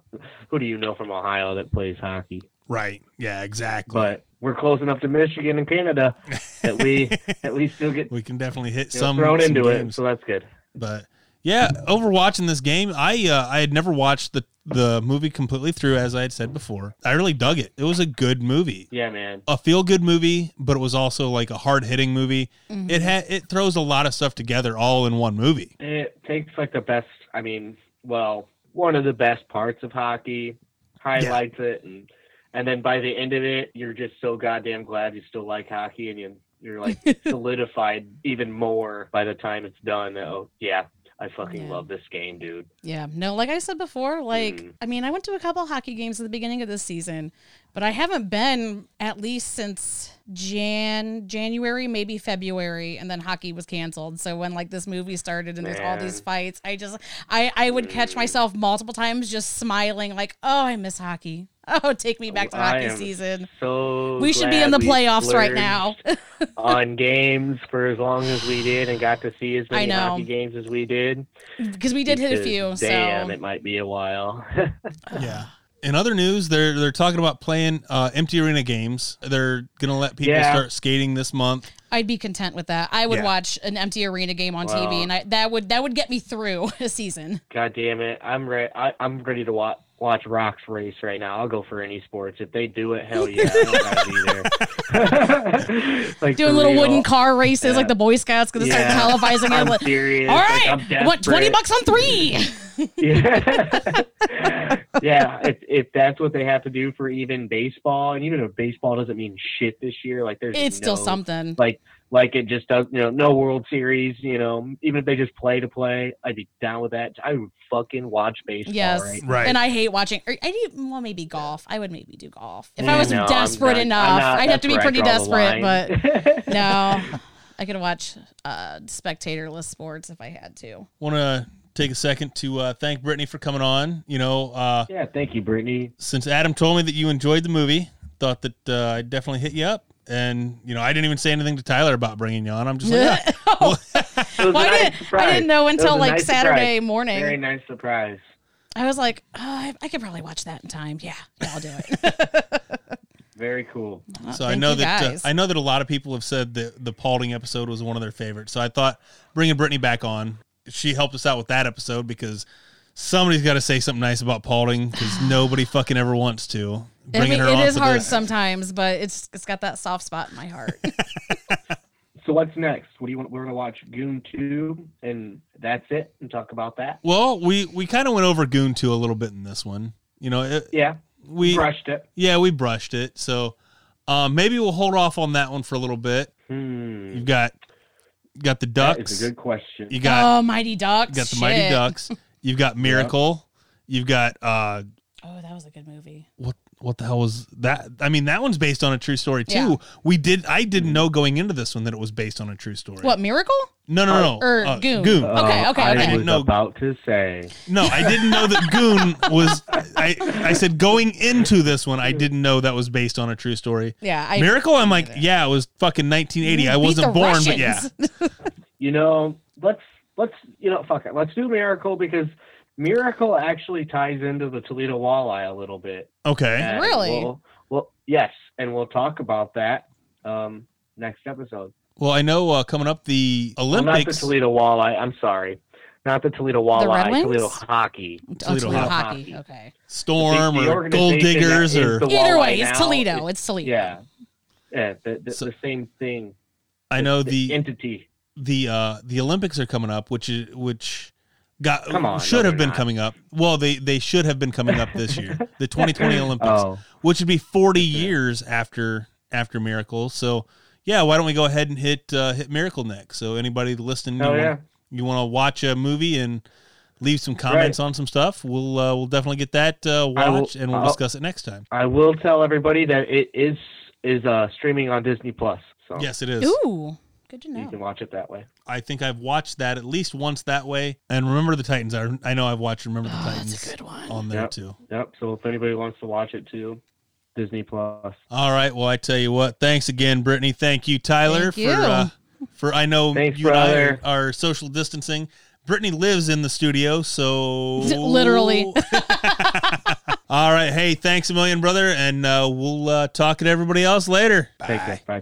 Speaker 2: who do you know from Ohio that plays hockey?
Speaker 1: Right. Yeah. Exactly.
Speaker 2: But we're close enough to Michigan and Canada that we that we still get
Speaker 1: we can definitely hit
Speaker 2: you know,
Speaker 1: some
Speaker 2: thrown
Speaker 1: some
Speaker 2: into it,
Speaker 1: games,
Speaker 2: so that's good.
Speaker 1: But Yeah, over watching this game, I uh, I had never watched the the movie completely through, as I had said before. I really dug it. It was a good movie,
Speaker 2: Yeah, man.
Speaker 1: a feel good movie, but it was also like a hard hitting movie. It had it throws a lot of stuff together all in one movie.
Speaker 2: It takes like the best. I mean, well, one of the best parts of hockey, highlights it, and and then by the end of it, you're just so goddamn glad you still like hockey, and you you're like solidified even more by the time it's done. Oh yeah, I fucking
Speaker 3: Yeah.
Speaker 2: love this game, dude.
Speaker 3: Yeah, no, like I said before, like
Speaker 2: Mm.
Speaker 3: I mean, I went to a couple hockey games at the beginning of this season, but I haven't been at least since Jan, January, maybe February, and then hockey was canceled. So when like this movie started and there's all these
Speaker 2: Man.
Speaker 3: fights, I just I I would catch
Speaker 2: Mm.
Speaker 3: myself multiple times just smiling like, "Oh, I miss hockey. Oh, take me back to
Speaker 2: I
Speaker 3: hockey
Speaker 2: am
Speaker 3: season."
Speaker 2: So
Speaker 3: We should be
Speaker 2: glad
Speaker 3: in the
Speaker 2: we
Speaker 3: playoffs right now.
Speaker 2: splurged on games for as long as we did, and got to see as
Speaker 3: I
Speaker 2: many
Speaker 3: know.
Speaker 2: hockey games as we did.
Speaker 3: because we did hit a
Speaker 2: Because,
Speaker 3: few,
Speaker 2: Damn,
Speaker 3: so
Speaker 2: it might be a while.
Speaker 1: Yeah. In other news, they're they're talking about playing uh, empty arena games. They're gonna let people
Speaker 2: Yeah.
Speaker 1: start skating this month.
Speaker 3: I'd be content with that. I would
Speaker 1: Yeah.
Speaker 3: watch an empty arena game on TV,
Speaker 2: Well-
Speaker 3: and I, that would that would get me through a season.
Speaker 2: God damn it! I'm ready. I'm ready to watch watch Rocks race right now. I'll go for any sports if they do it. Hell yeah, I don't gotta be there. like
Speaker 3: Doing
Speaker 2: for
Speaker 3: little
Speaker 2: real.
Speaker 3: wooden car races like the Boy Scouts going to
Speaker 2: Yeah.
Speaker 3: start televising
Speaker 2: I'm
Speaker 3: it. Like,
Speaker 2: serious.
Speaker 3: All
Speaker 2: Like,
Speaker 3: right,
Speaker 2: I'm
Speaker 3: what twenty
Speaker 2: desperate.
Speaker 3: bucks on three?
Speaker 2: Yeah, yeah. If, if that's what they have to do for even baseball, and even if baseball doesn't mean shit this year, like there's
Speaker 3: it's still
Speaker 2: no-
Speaker 3: something.
Speaker 2: Like like it just does. You know, no World Series. You know, even if they just play to play, I'd be down with that. I would fucking watch baseball.
Speaker 3: Yes,
Speaker 2: right
Speaker 1: Right.
Speaker 3: And I hate watching. Or I do well, maybe golf. I would maybe do golf if
Speaker 2: Yeah,
Speaker 3: I was
Speaker 2: Mm, no, I'm
Speaker 3: desperate
Speaker 2: not- I'm
Speaker 3: enough.
Speaker 2: not-
Speaker 3: I'd have to be
Speaker 2: that's where I
Speaker 3: pretty
Speaker 2: draw the
Speaker 3: desperate, but
Speaker 2: line.
Speaker 3: no, I could watch uh, spectatorless sports if I had to.
Speaker 1: Want to take a second to uh, thank Brittany for coming on. You know, uh,
Speaker 2: yeah, thank you, Brittany.
Speaker 1: since Adam told me that you enjoyed the movie, thought that uh, I'd definitely hit you up. And you know, I didn't even say anything to Tyler about bringing you on. I'm just like, yeah.
Speaker 2: It was a
Speaker 3: Well, Oh, I,
Speaker 2: nice
Speaker 3: didn't, I
Speaker 2: surprise.
Speaker 3: didn't know
Speaker 2: It was
Speaker 3: until
Speaker 2: a
Speaker 3: like
Speaker 2: nice
Speaker 3: Saturday
Speaker 2: surprise.
Speaker 3: morning.
Speaker 2: Very nice surprise.
Speaker 3: I was like, oh, I, I could probably watch that in time. Yeah, yeah I'll do it.
Speaker 2: Very cool.
Speaker 3: Well,
Speaker 1: so I
Speaker 3: thank
Speaker 1: know
Speaker 3: you
Speaker 1: that uh,
Speaker 3: guys.
Speaker 1: I know that a lot of people have said that the Paulding episode was one of their favorites. So I thought bringing Brittany back on, she helped us out with that episode because somebody's got to say something nice about Paulding because nobody fucking ever wants to.
Speaker 3: I
Speaker 1: Bringing
Speaker 3: mean,
Speaker 1: her on
Speaker 3: it is
Speaker 1: for
Speaker 3: hard
Speaker 1: this-
Speaker 3: sometimes, but it's it's got that soft spot in my heart.
Speaker 2: So what's next? What do you want? We're gonna watch Goon Two, and that's it. And talk about that.
Speaker 1: Well, we we kind of went over Goon two a little bit in this one. You know, it,
Speaker 2: Yeah,
Speaker 1: we
Speaker 2: brushed it.
Speaker 1: yeah we brushed it. So um, maybe we'll hold off on that one for a little bit.
Speaker 2: Hmm.
Speaker 1: You've got got the
Speaker 2: That
Speaker 1: ducks.
Speaker 2: is a good question.
Speaker 1: you got
Speaker 3: oh, Mighty Ducks.
Speaker 1: you got the
Speaker 3: shit.
Speaker 1: Mighty Ducks. You've got Miracle. You've got uh
Speaker 3: Oh, that was a good movie.
Speaker 1: what what the hell was that? I mean, that one's based on a true story too.
Speaker 3: Yeah.
Speaker 1: We did I didn't know going into this one that it was based on a true story.
Speaker 3: What Miracle?
Speaker 1: No, no, no. no.
Speaker 3: Or
Speaker 1: Uh,
Speaker 3: Goon.
Speaker 1: Goon.
Speaker 3: Uh, Okay, okay,
Speaker 2: Um, I
Speaker 3: okay.
Speaker 2: was
Speaker 1: I know-
Speaker 2: about to say.
Speaker 1: No, I didn't know that Goon was I I said going into this one I didn't know that was based on a true story.
Speaker 3: Yeah, I
Speaker 1: Miracle, I'm like,
Speaker 3: either.
Speaker 1: yeah, it was fucking 1980. I
Speaker 3: Beat
Speaker 1: wasn't
Speaker 3: the
Speaker 1: born, but yeah.
Speaker 3: Russians.
Speaker 2: You know, let's let's you know, fuck it. Let's do Miracle because Miracle actually ties into the Toledo Walleye a little bit.
Speaker 1: Okay.
Speaker 2: And
Speaker 3: Really?
Speaker 2: We'll, well, yes, and we'll talk about that um, next episode.
Speaker 1: Well, I know uh, coming up the
Speaker 2: Well,
Speaker 1: Olympics.
Speaker 2: not the Toledo Walleye. I'm sorry, not the Toledo Walleye.
Speaker 3: Red Wings?
Speaker 2: Toledo Hockey.
Speaker 3: Oh,
Speaker 1: Toledo
Speaker 3: Toledo
Speaker 1: Hawk.
Speaker 3: hockey.
Speaker 2: Hockey.
Speaker 3: Okay.
Speaker 1: Storm
Speaker 2: The- the
Speaker 1: or Gold
Speaker 2: organization that
Speaker 1: Diggers
Speaker 2: is
Speaker 1: or
Speaker 2: the
Speaker 3: Either
Speaker 2: Walleye
Speaker 3: way, it's
Speaker 2: now
Speaker 3: Toledo.
Speaker 2: is-
Speaker 3: It's Toledo.
Speaker 2: yeah, yeah, the, the,
Speaker 1: So-
Speaker 2: the same thing.
Speaker 1: I know the
Speaker 2: entity.
Speaker 1: the uh the Olympics are coming up, which is which got
Speaker 2: Come on,
Speaker 1: should
Speaker 2: no,
Speaker 1: have
Speaker 2: they're
Speaker 1: been
Speaker 2: not.
Speaker 1: coming up. Well, they they should have been coming up this year, the 2020 Olympics,
Speaker 2: Oh,
Speaker 1: which would be 40
Speaker 2: That's right.
Speaker 1: years after after Miracle. So yeah, why don't we go ahead and hit uh, hit Miracle next? So anybody listening,
Speaker 2: oh
Speaker 1: you,
Speaker 2: yeah.
Speaker 1: want, you want to watch a movie and leave some comments on some stuff, we'll uh, we'll definitely get that uh,
Speaker 2: I will-
Speaker 1: watch and we'll
Speaker 2: I'll-
Speaker 1: discuss it next time.
Speaker 2: I will tell everybody that it is is uh, streaming on Disney Plus. So
Speaker 1: Yes, it is.
Speaker 3: Ooh, good to
Speaker 2: you
Speaker 3: know.
Speaker 2: can watch it that way.
Speaker 1: I think I've watched that at least once that way. And Remember the Titans. I, I know I've watched Remember the
Speaker 3: Oh,
Speaker 1: Titans
Speaker 3: that's a good one.
Speaker 1: on there
Speaker 2: Yep.
Speaker 1: too.
Speaker 2: Yep. So if anybody wants to watch it too, Disney Plus.
Speaker 1: All right. Well, I tell you what. Thanks again, Brittany. Thank you, Tyler,
Speaker 3: Thank
Speaker 1: for
Speaker 3: you.
Speaker 1: uh, for I know
Speaker 2: Thanks,
Speaker 1: you and I are,
Speaker 2: brother.
Speaker 1: are social distancing. Brittany lives in the studio, so
Speaker 3: Literally.
Speaker 1: All right. Hey, thanks a million, brother, and uh, we'll uh, talk to everybody else later.
Speaker 2: Take care. Bye.